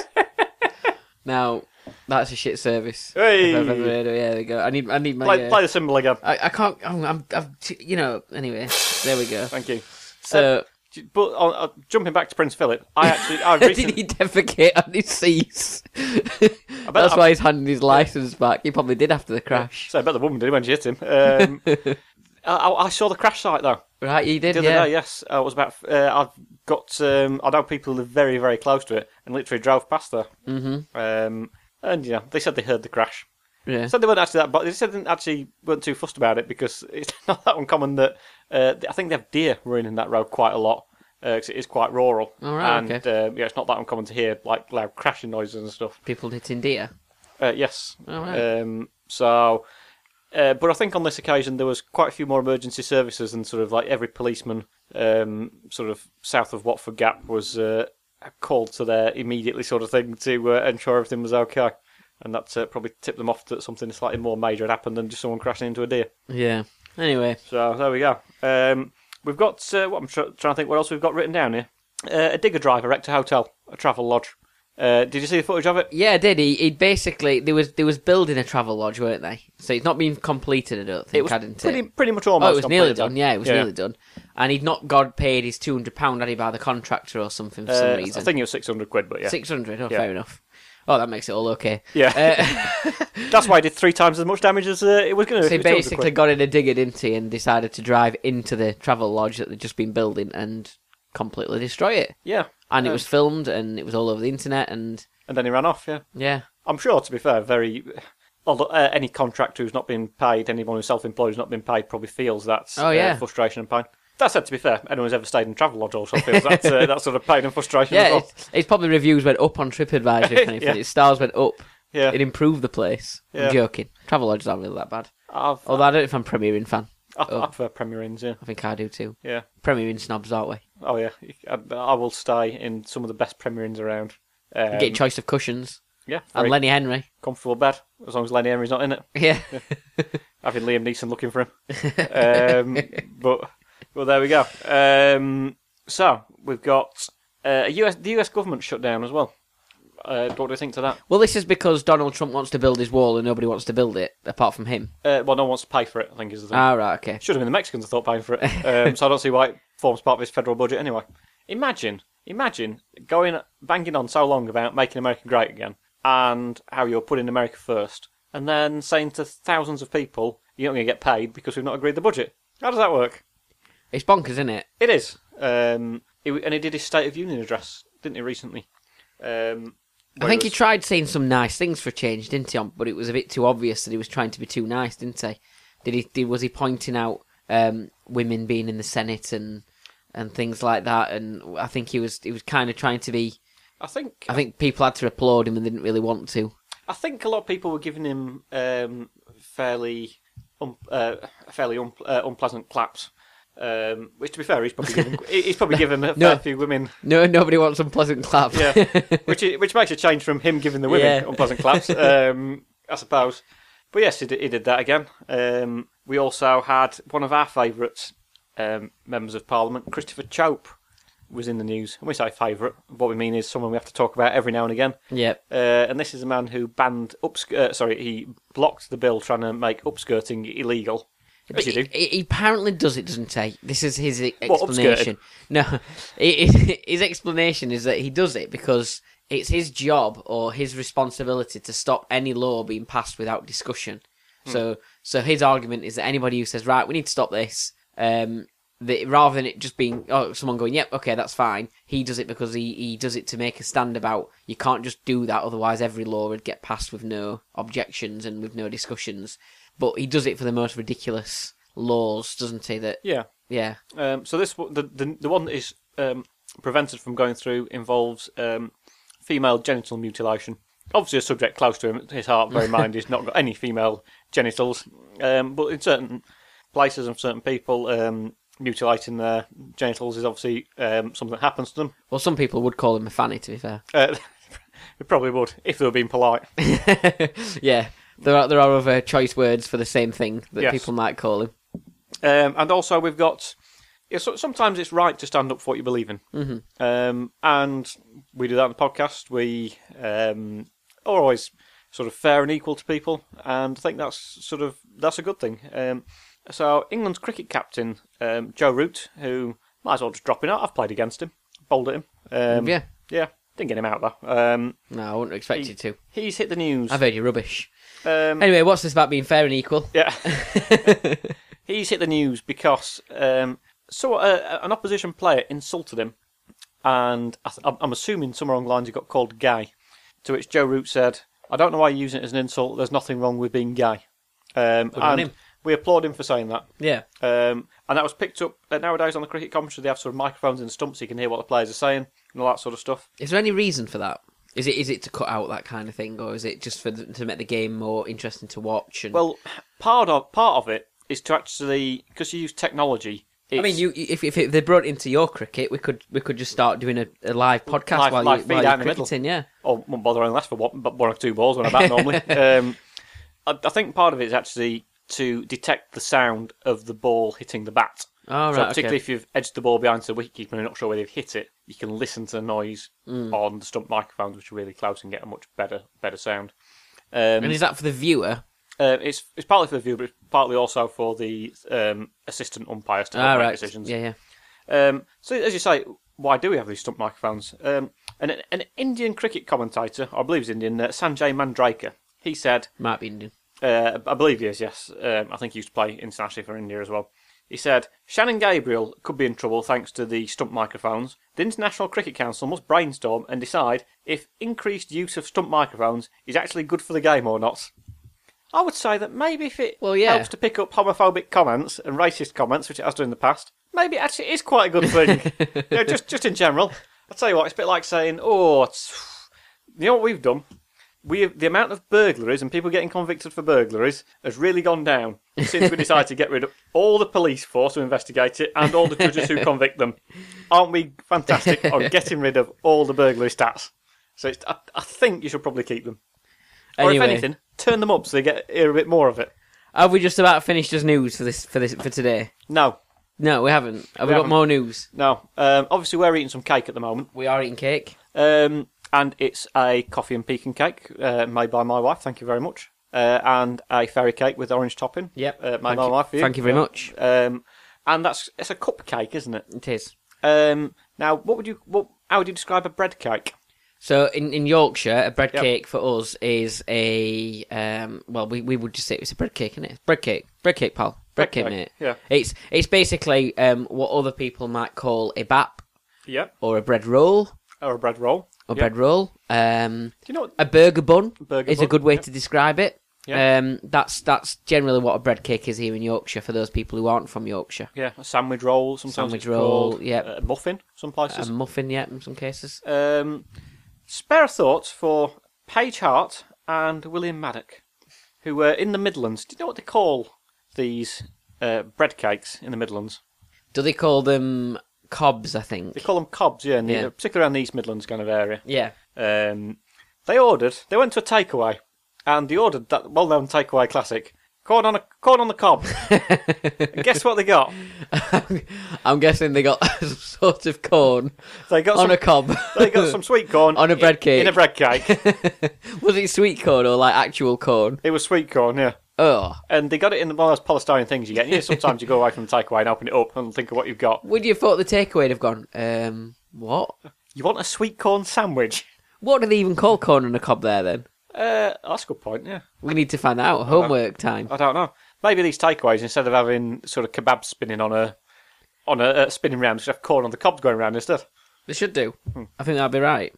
[SPEAKER 1] now, that's a shit service.
[SPEAKER 2] Hey.
[SPEAKER 1] If I've ever heard of it. Yeah, there we go. I need, I need my.
[SPEAKER 2] Play,
[SPEAKER 1] uh,
[SPEAKER 2] play the symbol again.
[SPEAKER 1] I, I can't. I'm, I'm, I'm, t- you know. Anyway, there we go.
[SPEAKER 2] Thank you.
[SPEAKER 1] So,
[SPEAKER 2] J- But uh, uh, jumping back to Prince Philip, I actually, I
[SPEAKER 1] did
[SPEAKER 2] recently,
[SPEAKER 1] he defecate on his seats? That's
[SPEAKER 2] I-
[SPEAKER 1] why he's handing his license back. He probably did after the crash.
[SPEAKER 2] so I bet the woman did when she hit him. Um, I, I- I saw the crash site though
[SPEAKER 1] Right, he did.
[SPEAKER 2] the other
[SPEAKER 1] yeah.
[SPEAKER 2] day. Yes, I was about. Uh, I've got. Um, I know people who live very, very close to it, and literally drove past there. Mm-hmm. Um, and yeah, they said they heard the crash.
[SPEAKER 1] yeah.
[SPEAKER 2] Said they weren't actually that, but they said they didn't actually weren't too fussed about it because it's not that uncommon that uh, I think they have deer running that road quite a lot because it is quite rural.
[SPEAKER 1] All right,
[SPEAKER 2] and
[SPEAKER 1] okay.
[SPEAKER 2] um, yeah, it's not that uncommon to hear like loud crashing noises and stuff.
[SPEAKER 1] People hitting deer.
[SPEAKER 2] Uh, yes.
[SPEAKER 1] All right.
[SPEAKER 2] Um, so, uh, but I think on this occasion there was quite a few more emergency services and sort of like every policeman, um, sort of south of Watford Gap was uh, called to there immediately, sort of thing, to uh, ensure everything was okay. And that uh, probably tipped them off that something slightly more major had happened than just someone crashing into a deer.
[SPEAKER 1] Yeah. Anyway,
[SPEAKER 2] So there we go. Um, we've got uh, what I'm tr- trying to think. What else we've got written down here? Uh, a digger driver wrecked a hotel, a travel lodge. Uh, did you see the footage of it?
[SPEAKER 1] Yeah, I did he? He basically there was there was building a travel lodge, weren't they? So it's not been completed. I don't think.
[SPEAKER 2] It was
[SPEAKER 1] hadn't
[SPEAKER 2] pretty,
[SPEAKER 1] it?
[SPEAKER 2] pretty much almost.
[SPEAKER 1] Oh, it was nearly
[SPEAKER 2] completed.
[SPEAKER 1] done. Yeah, it was nearly done. And he'd not got paid his two hundred pound had he by the contractor or something for some
[SPEAKER 2] Uh,
[SPEAKER 1] reason.
[SPEAKER 2] I think it was six hundred quid, but yeah,
[SPEAKER 1] six hundred. Oh,
[SPEAKER 2] Yeah.
[SPEAKER 1] fair enough. Oh, that makes it all okay.
[SPEAKER 2] yeah. That's why I did three times as much damage as uh, it was going to.
[SPEAKER 1] uh, So he basically got in a digger, didn't he, and decided to drive into the travel lodge that they'd just been building and completely destroy it.
[SPEAKER 2] yeah,
[SPEAKER 1] And it
[SPEAKER 2] Uh,
[SPEAKER 1] was filmed, and it was all over the internet, and
[SPEAKER 2] and then he ran off. Yeah,
[SPEAKER 1] yeah,
[SPEAKER 2] I'm sure. To be fair, very. Although, uh, any contractor who's not been paid, anyone who's self-employed who's not been paid, probably feels that
[SPEAKER 1] Oh, yeah.
[SPEAKER 2] uh, frustration and pain. That said, to be fair, anyone who's ever stayed in travel lodge also feels that uh, that sort of pain and frustration. as
[SPEAKER 1] yeah.
[SPEAKER 2] well.
[SPEAKER 1] It's, it's probably reviews went up on TripAdvisor. If anything,
[SPEAKER 2] Yeah.
[SPEAKER 1] its stars went up.
[SPEAKER 2] yeah.
[SPEAKER 1] It improved the place.
[SPEAKER 2] Yeah.
[SPEAKER 1] I'm joking. Travel lodges aren't really that bad.
[SPEAKER 2] I've,
[SPEAKER 1] Although I don't know if I'm Premier Inn fan.
[SPEAKER 2] I, I prefer Premier Inns. Yeah,
[SPEAKER 1] I think I do too.
[SPEAKER 2] yeah.
[SPEAKER 1] Premier Inn snobs, aren't we?
[SPEAKER 2] Oh yeah, I, I will stay in some of the best Premier Inns around. Um,
[SPEAKER 1] Get your choice of cushions.
[SPEAKER 2] yeah,
[SPEAKER 1] And
[SPEAKER 2] very
[SPEAKER 1] Lenny Henry.
[SPEAKER 2] comfortable bed as long as Lenny Henry's not in it.
[SPEAKER 1] Yeah.
[SPEAKER 2] Having Liam Neeson looking for him, um, but well, there we go. Um, so we've got uh, US the US government shut down as well. Uh, what do you think to that?
[SPEAKER 1] Well, this is because Donald Trump wants to build his wall and nobody wants to build it apart from him.
[SPEAKER 2] Uh, well, no one wants to pay for it. I think is the thing.
[SPEAKER 1] Ah, right, okay.
[SPEAKER 2] Should have been the Mexicans, I thought, paying for it. Um, so I don't see why it forms part of his federal budget anyway. Imagine, imagine going banging on so long about making America great again and how you're putting America first, and then saying to thousands of people, "You're not going to get paid because we've not agreed the budget." How does that work?
[SPEAKER 1] It's bonkers, isn't it?
[SPEAKER 2] It is, um, he- and he did his State of Union address, didn't he, recently? Um,
[SPEAKER 1] I think he tried saying some nice things for a change, didn't he? Um, But it was a bit too obvious that he was trying to be too nice, didn't he? Did he? Did, was he pointing out um, women being in the Senate and and things like that? And I think he was he was kind of trying to be.
[SPEAKER 2] I think
[SPEAKER 1] I think people had to applaud him and they didn't really want to.
[SPEAKER 2] I think a lot of people were giving him um, fairly un- uh, fairly un- uh, unpleasant claps. Um, which, to be fair, he's probably given, he- he's probably given a fair
[SPEAKER 1] No.
[SPEAKER 2] few women.
[SPEAKER 1] No, nobody wants unpleasant clap.
[SPEAKER 2] Yeah, which i- which makes a change from him giving the women
[SPEAKER 1] Yeah.
[SPEAKER 2] unpleasant claps, um, I suppose. But yes, he did, he did that again. Um, we also had one of our favourite um, members of Parliament, Christopher Chope, was in the news. And we say favourite. What we mean is someone we have to talk about every now and again.
[SPEAKER 1] Yep.
[SPEAKER 2] Uh, and this is a man who banned upsk- uh, sorry, he blocked the bill trying to make upskirting illegal. As you do.
[SPEAKER 1] He, he apparently does it, doesn't he? This is his e-
[SPEAKER 2] What,
[SPEAKER 1] explanation. no, he- he- his explanation is that he does it because it's his job or his responsibility to stop any law being passed without discussion. So, so his argument is that anybody who says, "Right, we need to stop this," um, that rather than it just being oh, someone going, "Yep, okay, that's fine," he does it because he, he does it to make a stand about you can't just do that, otherwise every law would get passed with no objections and with no discussions. But he does it for the most ridiculous laws, doesn't he? That
[SPEAKER 2] Yeah.
[SPEAKER 1] yeah,
[SPEAKER 2] Um, so this one- the, the the one that is um, prevented from going through involves um, female genital mutilation. Obviously, a subject close to him, his heart, very mind, he's not got any female genitals. Um, but in certain places and certain people, um, mutilating their genitals is obviously um, something that happens to them.
[SPEAKER 1] well, some people would call him a fanny, to be fair.
[SPEAKER 2] Uh, it probably would if they were being polite.
[SPEAKER 1] yeah, there are there are other choice words for the same thing that
[SPEAKER 2] Yes.
[SPEAKER 1] people might call him.
[SPEAKER 2] Um, and also, we've got. yeah, so- Sometimes it's right to stand up for what you believe in, mm-hmm. um, and we do that on the podcast. We um, are always sort of fair and equal to people, and I think that's sort of that's a good thing. Um, so England's cricket captain um, Joe Root, who might as well just drop him out. I've played against him, bowled at him. Um,
[SPEAKER 1] Yeah.
[SPEAKER 2] yeah, didn't get him out though. Um,
[SPEAKER 1] No, I wouldn't expect
[SPEAKER 2] he-
[SPEAKER 1] you to.
[SPEAKER 2] He's hit the news.
[SPEAKER 1] I've heard you rubbish.
[SPEAKER 2] Um,
[SPEAKER 1] Anyway, what's this about being fair and equal?
[SPEAKER 2] Yeah. He's hit the news because um, so uh, an opposition player insulted him, and I th- I'm- I'm assuming somewhere along the lines he got called gay. To which Joe Root said, "I don't know why you're using it as an insult. There's nothing wrong with being gay." Um,
[SPEAKER 1] on
[SPEAKER 2] and
[SPEAKER 1] him.
[SPEAKER 2] we applaud him for saying that.
[SPEAKER 1] Yeah.
[SPEAKER 2] Um, and that was picked up uh, nowadays on the cricket commentary. They have sort of microphones in the stumps, so you can hear what the players are saying and all that sort of stuff.
[SPEAKER 1] Is there any reason for that? Is it is it to cut out that kind of thing, or is it just for the, to make the game more interesting to watch? And
[SPEAKER 2] Well, part of part of it is to actually because you use technology.
[SPEAKER 1] I mean, you you- if if it, they brought it into your cricket, we could we could just start doing a, a live podcast
[SPEAKER 2] Live-
[SPEAKER 1] while
[SPEAKER 2] live
[SPEAKER 1] you
[SPEAKER 2] feed
[SPEAKER 1] while
[SPEAKER 2] out in
[SPEAKER 1] you're
[SPEAKER 2] the middle. Mm.
[SPEAKER 1] cricketing. Yeah.
[SPEAKER 2] or won't bother unless for one, but one or two balls when I'm bat normally. um, I, I think part of it is actually to detect the sound of the ball hitting the bat.
[SPEAKER 1] Oh,
[SPEAKER 2] so
[SPEAKER 1] right,
[SPEAKER 2] particularly
[SPEAKER 1] okay.
[SPEAKER 2] if you've edged the ball behind the wicketkeeper and you're not sure whether you've hit it, you can listen to the noise
[SPEAKER 1] Mm.
[SPEAKER 2] on the stump microphones, which are really close and get a much better better sound. Um,
[SPEAKER 1] And is that for the viewer?
[SPEAKER 2] uh, it's it's partly for the view, but it's partly also for the um, assistant umpires to
[SPEAKER 1] All
[SPEAKER 2] make
[SPEAKER 1] Ah, right.
[SPEAKER 2] decisions.
[SPEAKER 1] Yeah, yeah.
[SPEAKER 2] Um, so, as you say, why do we have these stump microphones? Um, an, an Indian cricket commentator, I believe he's Indian, uh, Sanjay Mandraker, he said,
[SPEAKER 1] Might be Indian.
[SPEAKER 2] uh, I believe he is, yes, um, I think he used to play internationally for India as well. He said, Shannon Gabriel could be in trouble thanks to the stump microphones. The International Cricket Council must brainstorm and decide if increased use of stump microphones is actually good for the game or not. I would say that maybe if it
[SPEAKER 1] Well, yeah.
[SPEAKER 2] helps to pick up homophobic comments and racist comments, which it has done in the past, maybe it actually is quite a good thing. you know, just just in general. I'll tell you what, it's a bit like saying, oh, it's, you know what we've done? We have, the amount of burglaries and people getting convicted for burglaries has really gone down since we decided to get rid of all the police force who investigate it and all the judges who convict them. Aren't we fantastic on getting rid of all the burglary stats? So it's, I, I think you should probably keep them. Or
[SPEAKER 1] Anyway,
[SPEAKER 2] if anything, turn them up so they get hear a bit more of it.
[SPEAKER 1] have we just about finished as news for this for this for today?
[SPEAKER 2] No,
[SPEAKER 1] No, we haven't. Have we, got
[SPEAKER 2] We haven't.
[SPEAKER 1] more news?
[SPEAKER 2] no. Um, obviously, we're eating some cake at the moment,
[SPEAKER 1] We are eating cake.
[SPEAKER 2] um, and it's a coffee and pecan cake uh, made by my wife. Thank you very much. Uh, and a fairy cake with orange topping.
[SPEAKER 1] Yep.
[SPEAKER 2] uh, made by
[SPEAKER 1] thank,
[SPEAKER 2] my
[SPEAKER 1] you,
[SPEAKER 2] wife. for
[SPEAKER 1] thank you very much.
[SPEAKER 2] Um, and that's it's a cupcake, isn't it?
[SPEAKER 1] It is.
[SPEAKER 2] Um, now, what would you what? How would you describe a bread cake?
[SPEAKER 1] So in, in Yorkshire, a bread
[SPEAKER 2] Yep.
[SPEAKER 1] cake for us is a um, well, we, we would just say it's a bread cake, isn't it? Bread cake, bread cake, pal, bread,
[SPEAKER 2] Bread
[SPEAKER 1] cake,
[SPEAKER 2] cake,
[SPEAKER 1] mate.
[SPEAKER 2] yeah.
[SPEAKER 1] It's it's basically um, what other people might call a bap
[SPEAKER 2] Yep,
[SPEAKER 1] or a bread roll
[SPEAKER 2] or a bread roll.
[SPEAKER 1] or
[SPEAKER 2] Yep.
[SPEAKER 1] bread roll. Um,
[SPEAKER 2] Do you know? What,
[SPEAKER 1] a burger bun
[SPEAKER 2] Burger
[SPEAKER 1] is a
[SPEAKER 2] bun,
[SPEAKER 1] good way
[SPEAKER 2] yep.
[SPEAKER 1] to describe it.
[SPEAKER 2] Yeah.
[SPEAKER 1] Um, that's that's generally what a bread cake is here in Yorkshire for those people who aren't from Yorkshire.
[SPEAKER 2] yeah, a sandwich roll. Sometimes
[SPEAKER 1] Sandwich
[SPEAKER 2] it's
[SPEAKER 1] roll,
[SPEAKER 2] Called, Uh,
[SPEAKER 1] yep.
[SPEAKER 2] a muffin. Some
[SPEAKER 1] A
[SPEAKER 2] places.
[SPEAKER 1] muffin, yeah, in some cases.
[SPEAKER 2] Um, spare thoughts for Paige Hart and William Maddock, who were in the Midlands. Do you know what they call these uh, bread cakes in the Midlands?
[SPEAKER 1] Do they call them cobs? I
[SPEAKER 2] They
[SPEAKER 1] think.
[SPEAKER 2] call them cobs, yeah, in the,
[SPEAKER 1] Yeah.
[SPEAKER 2] particularly around the East Midlands kind of area.
[SPEAKER 1] Yeah.
[SPEAKER 2] Um, they ordered. They went to a takeaway, and they ordered that well-known takeaway classic corn on a corn on the cob. and guess what they got?
[SPEAKER 1] I'm guessing they got some sort of corn
[SPEAKER 2] They got
[SPEAKER 1] on
[SPEAKER 2] some,
[SPEAKER 1] a cob.
[SPEAKER 2] they got some sweet corn
[SPEAKER 1] On a bread
[SPEAKER 2] in-
[SPEAKER 1] cake.
[SPEAKER 2] In a bread cake,
[SPEAKER 1] Was it sweet corn or like actual corn?
[SPEAKER 2] it was sweet corn, yeah.
[SPEAKER 1] Oh,
[SPEAKER 2] And they got it in one of those polystyrene things you get. You know, sometimes you go away from the takeaway and open it up and think of what you've got.
[SPEAKER 1] would you have thought the takeaway'd have gone? Um, what?
[SPEAKER 2] You want a sweet corn sandwich?
[SPEAKER 1] What do they even call corn on a cob there then?
[SPEAKER 2] Uh, that's a good point. Yeah,
[SPEAKER 1] We need to find out.
[SPEAKER 2] Uh-huh.
[SPEAKER 1] Homework time.
[SPEAKER 2] I don't know. Maybe these takeaways instead of having sort of kebab spinning on a on a, a spinning round, should have corn on the cobs going round instead.
[SPEAKER 1] They should do.
[SPEAKER 2] Hmm.
[SPEAKER 1] I think that'd be right.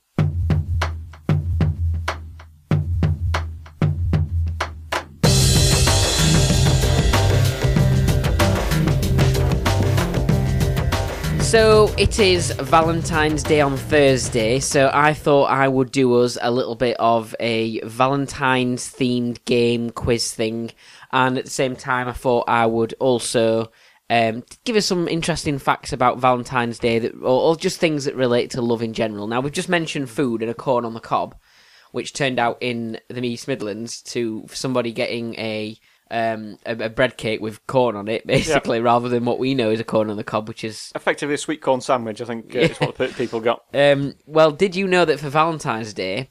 [SPEAKER 1] So it is Valentine's Day on Thursday, so I thought I would do us a little bit of a Valentine's themed game quiz thing, and at the same time, I thought I would also um, give us some interesting facts about Valentine's Day that, or, or just things that relate to love in general. Now we've just mentioned food and a corn on the cob, which turned out in the East Midlands to somebody getting a um, a, a bread cake with corn on it, basically, rather than what we know is a corn on the cob, which is
[SPEAKER 2] Effectively, a sweet corn sandwich. I think uh, is what the pe- people got.
[SPEAKER 1] um, well, did you know that for Valentine's Day,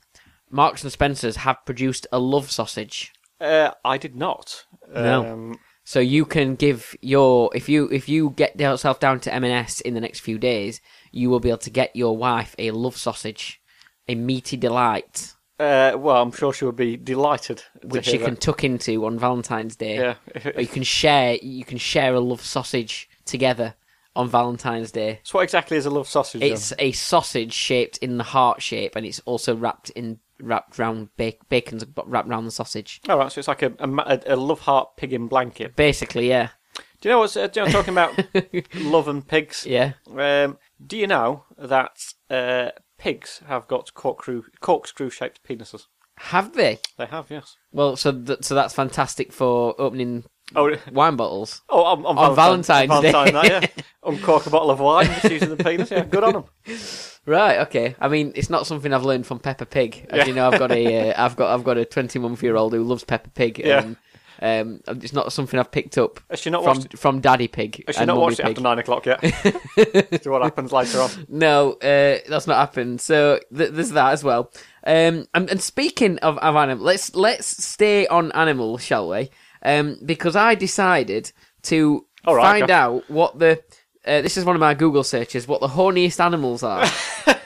[SPEAKER 1] Marks and Spencers have produced a love sausage?
[SPEAKER 2] Uh, I did not.
[SPEAKER 1] No.
[SPEAKER 2] Um,
[SPEAKER 1] So you can give your if you if you get yourself down to M&S in the next few days, you will be able to get your wife a love sausage, a meaty delight
[SPEAKER 2] uh, well, I'm sure she would be delighted. to
[SPEAKER 1] which
[SPEAKER 2] hear
[SPEAKER 1] you can
[SPEAKER 2] that.
[SPEAKER 1] tuck into on Valentine's Day.
[SPEAKER 2] Yeah.
[SPEAKER 1] or you can share you can share a love sausage together on Valentine's Day.
[SPEAKER 2] So, what exactly is a love sausage? then?
[SPEAKER 1] It's a sausage shaped in the heart shape, and it's also wrapped in wrapped round ba- bacon's wrapped round the sausage.
[SPEAKER 2] All Oh, right, so it's like a, a, ma- a, a love heart pig in blanket.
[SPEAKER 1] Basically, yeah,
[SPEAKER 2] Do you know what's uh, do you know, talking about? love and pigs.
[SPEAKER 1] yeah.
[SPEAKER 2] Um, do you know that uh, pigs have got corkscrew corkscrew shaped penises?
[SPEAKER 1] Have they?
[SPEAKER 2] They have, yes.
[SPEAKER 1] Well, so th- so that's fantastic for opening
[SPEAKER 2] Oh,
[SPEAKER 1] wine bottles.
[SPEAKER 2] oh on, on,
[SPEAKER 1] On
[SPEAKER 2] Valentine-
[SPEAKER 1] Valentine's
[SPEAKER 2] Valentine night, yeah. Uncork a bottle of wine just using the penis. Yeah, good on them.
[SPEAKER 1] Right. Okay. I mean, it's not something I've learned from Peppa Pig. As you know, I've got a uh, I've got I've got a twenty month year old who loves Peppa Pig.
[SPEAKER 2] Yeah.
[SPEAKER 1] And, Um, it's not something I've picked up
[SPEAKER 2] Has she not
[SPEAKER 1] from
[SPEAKER 2] watched?
[SPEAKER 1] from Daddy Pig.
[SPEAKER 2] Has she
[SPEAKER 1] and
[SPEAKER 2] not
[SPEAKER 1] Mummy
[SPEAKER 2] watched it
[SPEAKER 1] Pig.
[SPEAKER 2] after nine o'clock yet? See what happens later on.
[SPEAKER 1] No, uh, that's not happened. So th- there's that as well. Um, and, and speaking of, of animal, let's let's stay on animal, shall we? Um, because I decided to
[SPEAKER 2] All right,
[SPEAKER 1] find
[SPEAKER 2] okay.
[SPEAKER 1] out what the uh, this is one of my Google searches. What the horniest animals are?
[SPEAKER 2] Is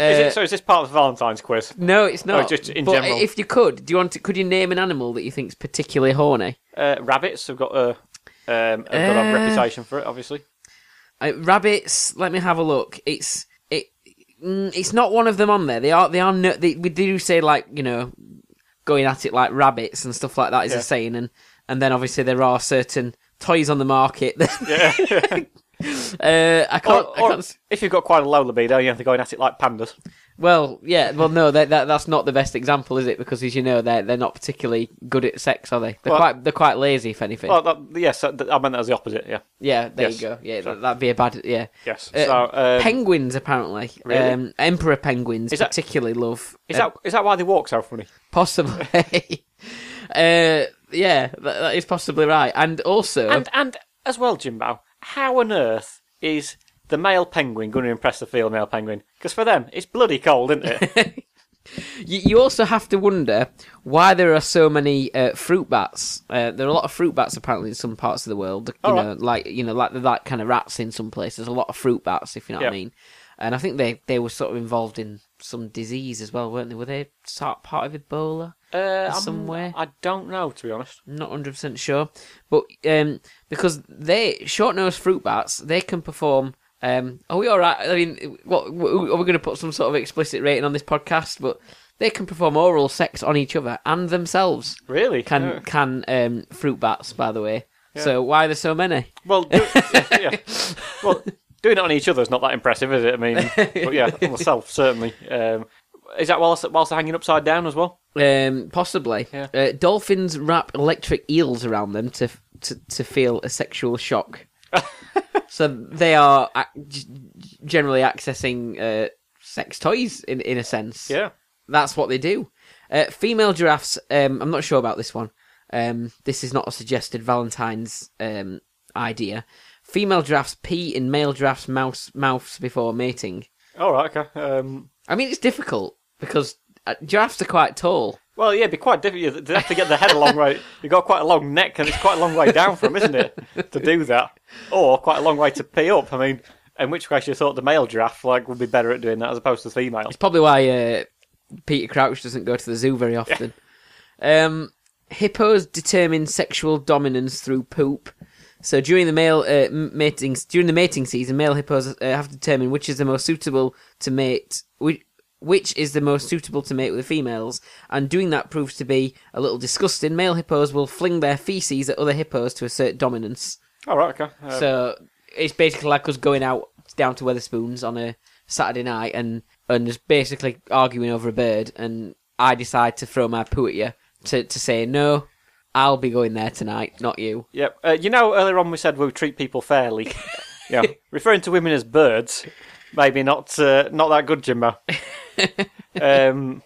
[SPEAKER 1] Uh,
[SPEAKER 2] it, so is this part of the Valentine's quiz?
[SPEAKER 1] No, it's not.
[SPEAKER 2] just in
[SPEAKER 1] but
[SPEAKER 2] general.
[SPEAKER 1] If you could, do you want? To, could you name an animal that you think's particularly horny?
[SPEAKER 2] Uh, rabbits have got a um, have got a
[SPEAKER 1] Uh,
[SPEAKER 2] reputation for it, obviously.
[SPEAKER 1] Uh, rabbits. Let me have a look. It's it. mm, It's not one of them on there. They are. They are. No, they, we do say like you know, going at it like rabbits and stuff like that is
[SPEAKER 2] Yeah.
[SPEAKER 1] a saying, and and then obviously there are certain toys on the market. That,
[SPEAKER 2] Yeah.
[SPEAKER 1] uh, I can't.
[SPEAKER 2] or,
[SPEAKER 1] I
[SPEAKER 2] or
[SPEAKER 1] can't s-
[SPEAKER 2] if you've got quite a low libido, you have to go in at it like pandas.
[SPEAKER 1] well, yeah. Well, no. That, that that's not the best example, is it? Because as you know, they're they're not particularly good at sex, are they? They're
[SPEAKER 2] Well-
[SPEAKER 1] quite they're quite lazy, if anything.
[SPEAKER 2] Oh, that, yes, that, I meant that was the opposite. Yeah.
[SPEAKER 1] yeah. There
[SPEAKER 2] yes.
[SPEAKER 1] you go. Yeah.
[SPEAKER 2] Sorry.
[SPEAKER 1] That, that'd be a bad. Yeah.
[SPEAKER 2] Yes.
[SPEAKER 1] Uh,
[SPEAKER 2] so um,
[SPEAKER 1] penguins apparently.
[SPEAKER 2] Really?
[SPEAKER 1] Um, emperor penguins
[SPEAKER 2] Is that-
[SPEAKER 1] particularly love.
[SPEAKER 2] is
[SPEAKER 1] uh,
[SPEAKER 2] that is that why they walk so funny?
[SPEAKER 1] Possibly. uh, yeah, that, that is possibly right. And also,
[SPEAKER 2] And and as well, Jimbo, how on earth is the male penguin going to impress the female penguin? Because for them, it's bloody cold, isn't it?
[SPEAKER 1] you, you also have to wonder why there are so many uh, fruit bats. Uh, there are a lot of fruit bats apparently in some parts of the world. You
[SPEAKER 2] All
[SPEAKER 1] know, like you know, like they're like kind of rats in some places. A lot of fruit bats, if you know what I
[SPEAKER 2] Yeah.
[SPEAKER 1] mean. And I think they they were sort of involved in some disease as well, weren't they? Were they sort of part of Ebola?
[SPEAKER 2] uh, I'm-
[SPEAKER 1] Somewhere.
[SPEAKER 2] I don't know, to be honest.
[SPEAKER 1] not 100% sure but um because they short-nosed fruit bats they can perform um are we all right i mean what are we going to put some sort of explicit rating on this podcast but they can perform oral sex on each other and themselves
[SPEAKER 2] Really?
[SPEAKER 1] can
[SPEAKER 2] Yeah.
[SPEAKER 1] can um fruit bats by the way so why are there so many
[SPEAKER 2] Well, do, yeah. Well, doing it on each other is not that impressive, is it? I mean, but yeah, on myself certainly. Um, is that whilst whilst they're hanging upside down as well?
[SPEAKER 1] um possibly
[SPEAKER 2] Yeah.
[SPEAKER 1] uh, dolphins wrap electric eels around them to to, to feel a sexual shock So they are ac- g- g- generally accessing uh, sex toys in in a sense.
[SPEAKER 2] Yeah.
[SPEAKER 1] that's what they do. Uh, female giraffes. Um, I'm not sure about this one. Um, this is not a suggested Valentine's um, idea. Female giraffes pee in male giraffes' mouse, mouths before mating.
[SPEAKER 2] All right. Okay. Um,
[SPEAKER 1] I mean, it's difficult because uh, giraffes are quite tall.
[SPEAKER 2] well, yeah, it'd be quite difficult. They have to get the head a long way. You've got quite a long neck, and it's quite a long way down from, isn't it, to do that? Or quite a long way to pee up. I mean, in which case you thought the male giraffe like would be better at doing that as opposed to the female.
[SPEAKER 1] It's probably why uh, Peter Crouch doesn't go to the zoo very often. Um, hippos determine sexual dominance through poop. So during the male uh, m- mating during the mating season, male hippos uh, have to determine which is the most suitable to mate, which, which is the most suitable to mate with the females. And doing that proves to be a little disgusting. Male hippos will fling their feces at other hippos to assert dominance.
[SPEAKER 2] All right. Okay. Um,
[SPEAKER 1] So it's basically like us going out down to Weatherspoons on a Saturday night and and just basically arguing over a bird, and I decide to throw my poo at you to to say no, I'll be going there tonight, not you.
[SPEAKER 2] Yep. Uh, you know, earlier on we said we treat people fairly. yeah. Referring to women as birds, maybe not uh, not that good, Jimbo. um,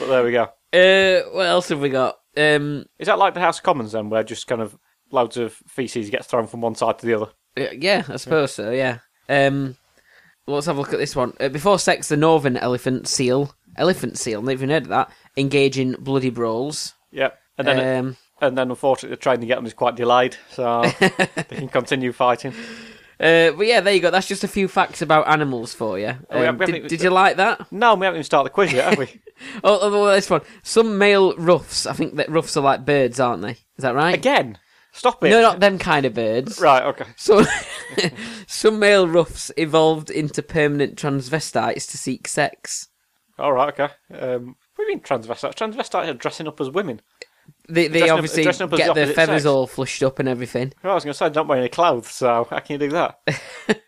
[SPEAKER 2] but there we go.
[SPEAKER 1] Uh, what else have we got? Um,
[SPEAKER 2] Is that like the House of Commons then, where just kind of loads of feces gets thrown from one side to the other?
[SPEAKER 1] uh, yeah, I suppose so. Yeah. Um, let's have a look at this one. Uh, before sex, the northern elephant seal, elephant seal, never even heard of that, engage in bloody brawls.
[SPEAKER 2] Yep. And then,
[SPEAKER 1] Um,
[SPEAKER 2] and then unfortunately, the train to get them is quite delayed, so they can continue fighting.
[SPEAKER 1] Uh, but yeah, there you go. That's just a few facts about animals for you.
[SPEAKER 2] we
[SPEAKER 1] Um,
[SPEAKER 2] haven't-
[SPEAKER 1] did, did you like that?
[SPEAKER 2] No, we haven't even started the quiz yet, have we?
[SPEAKER 1] Oh, oh, well, this one. Some male ruffs. I think that ruffs are like birds, aren't they? Is that right?
[SPEAKER 2] Again, stop it.
[SPEAKER 1] No, not them kind of birds.
[SPEAKER 2] Right. Okay.
[SPEAKER 1] So, some male ruffs evolved into permanent transvestites to seek sex.
[SPEAKER 2] All right. Okay. Um, what do you mean transvestite? Transvestite are dressing up as women.
[SPEAKER 1] They, they
[SPEAKER 2] Dressing up-
[SPEAKER 1] obviously
[SPEAKER 2] dressing up as the
[SPEAKER 1] get their
[SPEAKER 2] opposite
[SPEAKER 1] feathers
[SPEAKER 2] sex.
[SPEAKER 1] all flushed up and everything.
[SPEAKER 2] Well, I was going to say, don't wear any clothes, so how can you do that?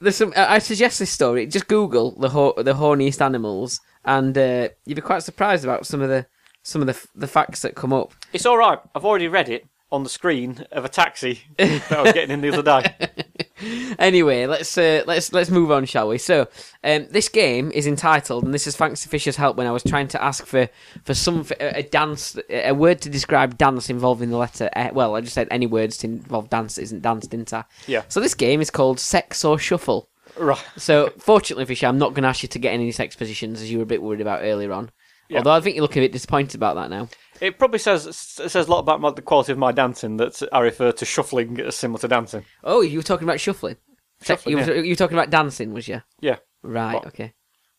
[SPEAKER 1] There's some. I I suggest this story. Just Google the ho- the horniest animals, and uh, you'd be quite surprised about some of the some of the f- the facts that come up.
[SPEAKER 2] It's all right. I've already read it on the screen of a taxi that I was getting in the other day.
[SPEAKER 1] anyway, let's uh, let's let's move on, shall we? So, um, this game is entitled, and this is thanks to Fisher's help when I was trying to ask for for some for a a dance, a word to describe dance involving the letter. E. Well, I just said any words to involve dance isn't dance, didn't I?
[SPEAKER 2] Yeah.
[SPEAKER 1] So this game is called Sex or Shuffle.
[SPEAKER 2] Right.
[SPEAKER 1] So, fortunately, Fisher, I'm not going to ask you to get any sex positions as you were a bit worried about earlier on.
[SPEAKER 2] Yeah.
[SPEAKER 1] Although I think you're looking a bit disappointed about that now.
[SPEAKER 2] It probably says s- says a lot about my, the quality of my dancing that I refer to shuffling as similar to dancing.
[SPEAKER 1] Oh, you were talking about shuffling. Se-
[SPEAKER 2] Shuffling,
[SPEAKER 1] you, were-
[SPEAKER 2] yeah.
[SPEAKER 1] you were talking about dancing, was you?
[SPEAKER 2] Yeah.
[SPEAKER 1] Right.
[SPEAKER 2] Well-
[SPEAKER 1] okay.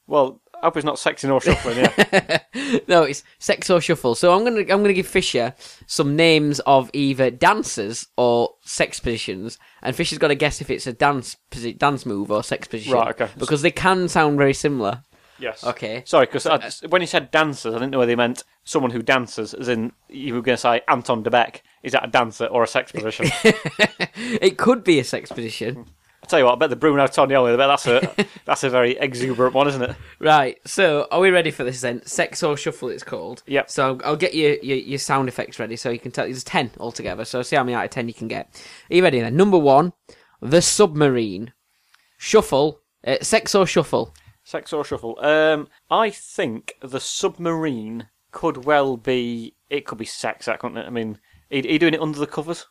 [SPEAKER 2] Well, I hope it's not sexy nor shuffling. Yeah.
[SPEAKER 1] No, it's sex or shuffle. So I'm gonna I'm gonna give Fisher some names of either dancers or sex positions, and Fisher's got to guess if it's a dance posi- dance move or sex position.
[SPEAKER 2] Right, okay.
[SPEAKER 1] Because they can sound very similar.
[SPEAKER 2] yes.
[SPEAKER 1] Okay.
[SPEAKER 2] Sorry, because when you said dancers, I didn't know whether you meant someone who dances, as in you were going to say Anton de Beck. Is that a dancer or a sex position?
[SPEAKER 1] It could be a sex position.
[SPEAKER 2] I tell you what, I bet the Bruno Tognoli. I bet that's a that's a very exuberant one, isn't it?
[SPEAKER 1] Right. So are we ready for this then? Sex or shuffle, it's called.
[SPEAKER 2] Yep.
[SPEAKER 1] So I'll, I'll get your, your your sound effects ready, so you can tell. There's ten altogether. So see how many out of ten you can get. Are you ready then? Number one, the submarine, shuffle, uh, sex or shuffle.
[SPEAKER 2] Sex or shuffle? Um, I think the submarine could well be. It could be sex, that couldn't it? I mean, are you are you doing it under the covers?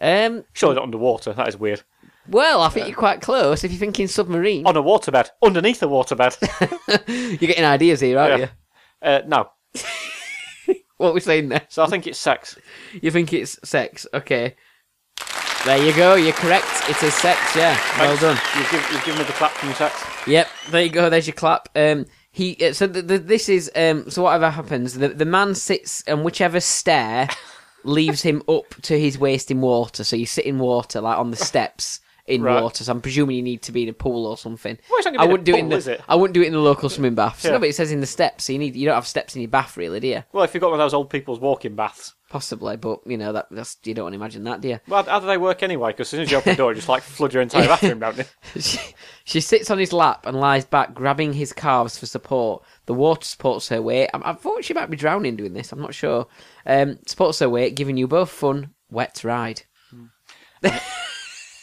[SPEAKER 1] Um,
[SPEAKER 2] Surely not underwater. That is weird.
[SPEAKER 1] Well, I think you're quite close. If you're thinking submarine,
[SPEAKER 2] On a waterbed, underneath a waterbed.
[SPEAKER 1] you're getting ideas here, aren't
[SPEAKER 2] Yeah.
[SPEAKER 1] you?
[SPEAKER 2] uh, no.
[SPEAKER 1] What we're saying there.
[SPEAKER 2] So I think it's sex.
[SPEAKER 1] You think it's sex? Okay. There you go. You're correct. It is sex. Yeah.
[SPEAKER 2] Thanks.
[SPEAKER 1] Well done.
[SPEAKER 2] You've, giv you've given me the clap from sex.
[SPEAKER 1] Yep. There you go. There's your clap. Um, he. uh, So the, the, this is. Um, so whatever happens, the the man sits on whichever stair leaves him up to his waist in water. So you sit in water, like on the steps. In
[SPEAKER 2] Right.
[SPEAKER 1] water, so I'm presuming you need to be in a pool or something.
[SPEAKER 2] Well, it's not
[SPEAKER 1] I
[SPEAKER 2] gonna be in a
[SPEAKER 1] wouldn't do it in
[SPEAKER 2] pool,
[SPEAKER 1] the.
[SPEAKER 2] is it?
[SPEAKER 1] I wouldn't do it in the local swimming baths.
[SPEAKER 2] Yeah.
[SPEAKER 1] No, but it says in the steps, so you need. You don't have steps in your bath, really, do you?
[SPEAKER 2] Well, if you've got one of those old people's walking baths.
[SPEAKER 1] Possibly, but you know that that's you don't want to imagine that, do you?
[SPEAKER 2] Well, how, how do they work anyway? Because as soon as you open the door, you just like flood your entire bathroom, don't you?
[SPEAKER 1] she, she sits on his lap and lies back, grabbing his calves for support. The water supports her weight. I, I thought she might be drowning doing this. I'm not sure. Um, supports her weight, giving you both fun, wet ride.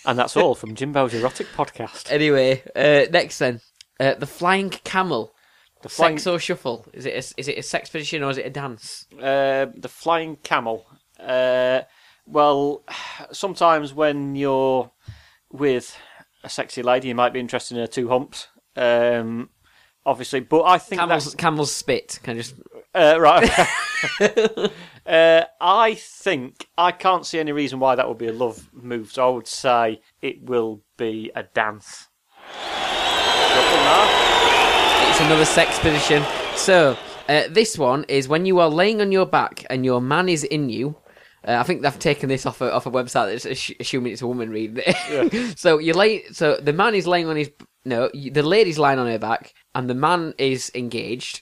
[SPEAKER 2] And that's all from Jimbo's erotic podcast.
[SPEAKER 1] Anyway, uh, next then, uh, the flying camel.
[SPEAKER 2] The flying,
[SPEAKER 1] Sex or shuffle? Is it a, is it a sex position or is it a dance?
[SPEAKER 2] uh, the flying camel. Uh, well, sometimes when you're with a sexy lady, you might be interested in her two humps. Um, obviously, but I think
[SPEAKER 1] Camels,
[SPEAKER 2] that's
[SPEAKER 1] camels spit. Can I just?
[SPEAKER 2] uh, right. uh, I think I can't see any reason why that would be a love move. So I would say it will be a dance.
[SPEAKER 1] It's another sex position. So uh, this one is when you are laying on your back and your man is in you. Uh, I think they've taken this off a, off a website that's assu- assuming it's a woman reading it. so you lay. So the man is laying on his no. You, the lady's lying on her back and the man is engaged.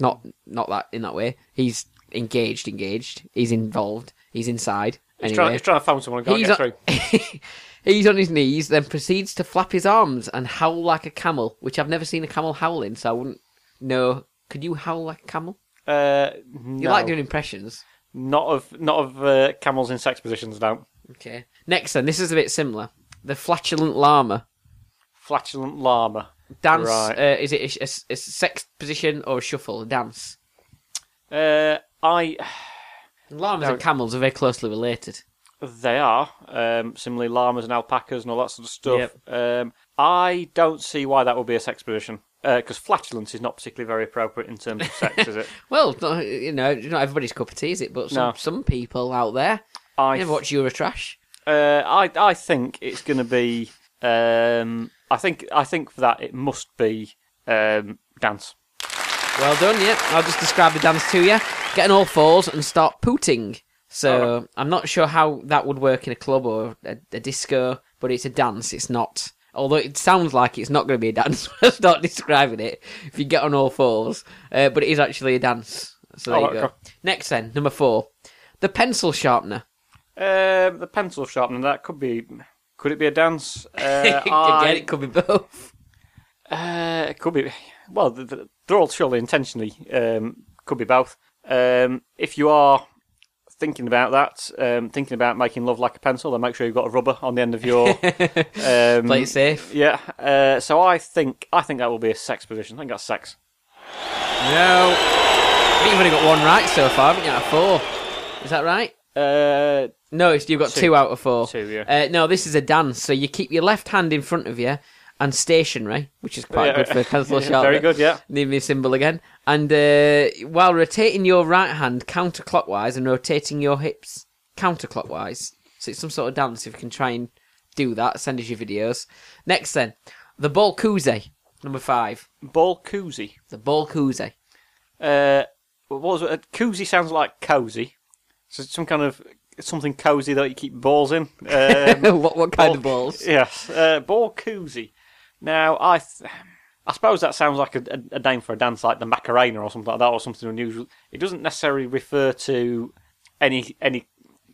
[SPEAKER 1] Not not that in that way. He's engaged. Engaged. He's involved. He's inside.
[SPEAKER 2] He's,
[SPEAKER 1] anyway.
[SPEAKER 2] trying, he's trying to find someone and can't
[SPEAKER 1] He's
[SPEAKER 2] get
[SPEAKER 1] on-
[SPEAKER 2] through.
[SPEAKER 1] He's on his knees, then proceeds to flap his arms and howl like a camel, which I've never seen a camel howling, so I wouldn't know. Could you howl like a camel?
[SPEAKER 2] Uh,
[SPEAKER 1] You
[SPEAKER 2] no.
[SPEAKER 1] like doing impressions.
[SPEAKER 2] not of not of uh, camels in sex positions now.
[SPEAKER 1] Okay. Next, then, this is a bit similar. The flatulent llama.
[SPEAKER 2] Flatulent llama.
[SPEAKER 1] Dance.
[SPEAKER 2] Right.
[SPEAKER 1] Uh, is it a, a- a sex position or a shuffle? A dance?
[SPEAKER 2] Uh, I
[SPEAKER 1] Llamas
[SPEAKER 2] No.
[SPEAKER 1] and camels are very closely related.
[SPEAKER 2] they are um, similarly llamas and alpacas and all that sort of stuff. Um, I don't see why that would be a sex position because flatulence is not particularly very appropriate in terms of sex, is it?
[SPEAKER 1] Well, no, you know, not everybody's cup of tea, is it? But some,
[SPEAKER 2] No.
[SPEAKER 1] some people out there.
[SPEAKER 2] I
[SPEAKER 1] I never watch Eurotrash.
[SPEAKER 2] Uh, I I think it's going to be. Um, I think I think for that it must be um, dance.
[SPEAKER 1] Well done, yeah. I'll just describe the dance to you. Get on all fours and start pooting. So
[SPEAKER 2] Oh.
[SPEAKER 1] I'm not sure how that would work in a club or a, a disco, but it's a dance. It's not. Although it sounds like it's not going to be a dance when I start describing it, if you get on all fours, uh, but it is actually a dance. So there
[SPEAKER 2] Oh,
[SPEAKER 1] you go.
[SPEAKER 2] okay.
[SPEAKER 1] Next then, number four, the pencil sharpener.
[SPEAKER 2] Um, the pencil sharpener that could be. Could it be a dance? Uh,
[SPEAKER 1] Again,
[SPEAKER 2] I-
[SPEAKER 1] it could be both.
[SPEAKER 2] Uh, it could be. Well, th- th- they're all surely intentionally. Um, could be both. Um, if you are thinking about that, um, thinking about making love like a pencil, then make sure you've got a rubber on the end of your. um,
[SPEAKER 1] Play it safe.
[SPEAKER 2] Yeah. Uh, so I think I think that will be a sex position. I think that's sex.
[SPEAKER 1] No. You've only got one right so far, haven't you? Out of four. Is that right?
[SPEAKER 2] Uh,
[SPEAKER 1] No, it's, you've got two.
[SPEAKER 2] Two.
[SPEAKER 1] out of four.
[SPEAKER 2] Two, yeah.
[SPEAKER 1] Uh, no, this is a dance. So you keep your left hand in front of you and stationary, which is quite
[SPEAKER 2] Yeah.
[SPEAKER 1] good for a pencil
[SPEAKER 2] Yeah,
[SPEAKER 1] sharpener.
[SPEAKER 2] very good, yeah.
[SPEAKER 1] Need me a symbol again. And uh, while rotating your right hand counterclockwise and rotating your hips counterclockwise. So it's some sort of dance. If you can try and do that, send us your videos. Next, then, the Bolkuze, number five.
[SPEAKER 2] ball koozie.
[SPEAKER 1] The Bolkuze.
[SPEAKER 2] Uh, what was it? Uh, Koozie sounds like cozy. So it's some kind of something cozy that you keep balls in. Um,
[SPEAKER 1] what, what kind
[SPEAKER 2] ball-
[SPEAKER 1] of balls?
[SPEAKER 2] Yes, uh, ball koozie. Now I, th- I suppose that sounds like a, a, a name for a dance like the Macarena or something like that, or something unusual. It doesn't necessarily refer to any any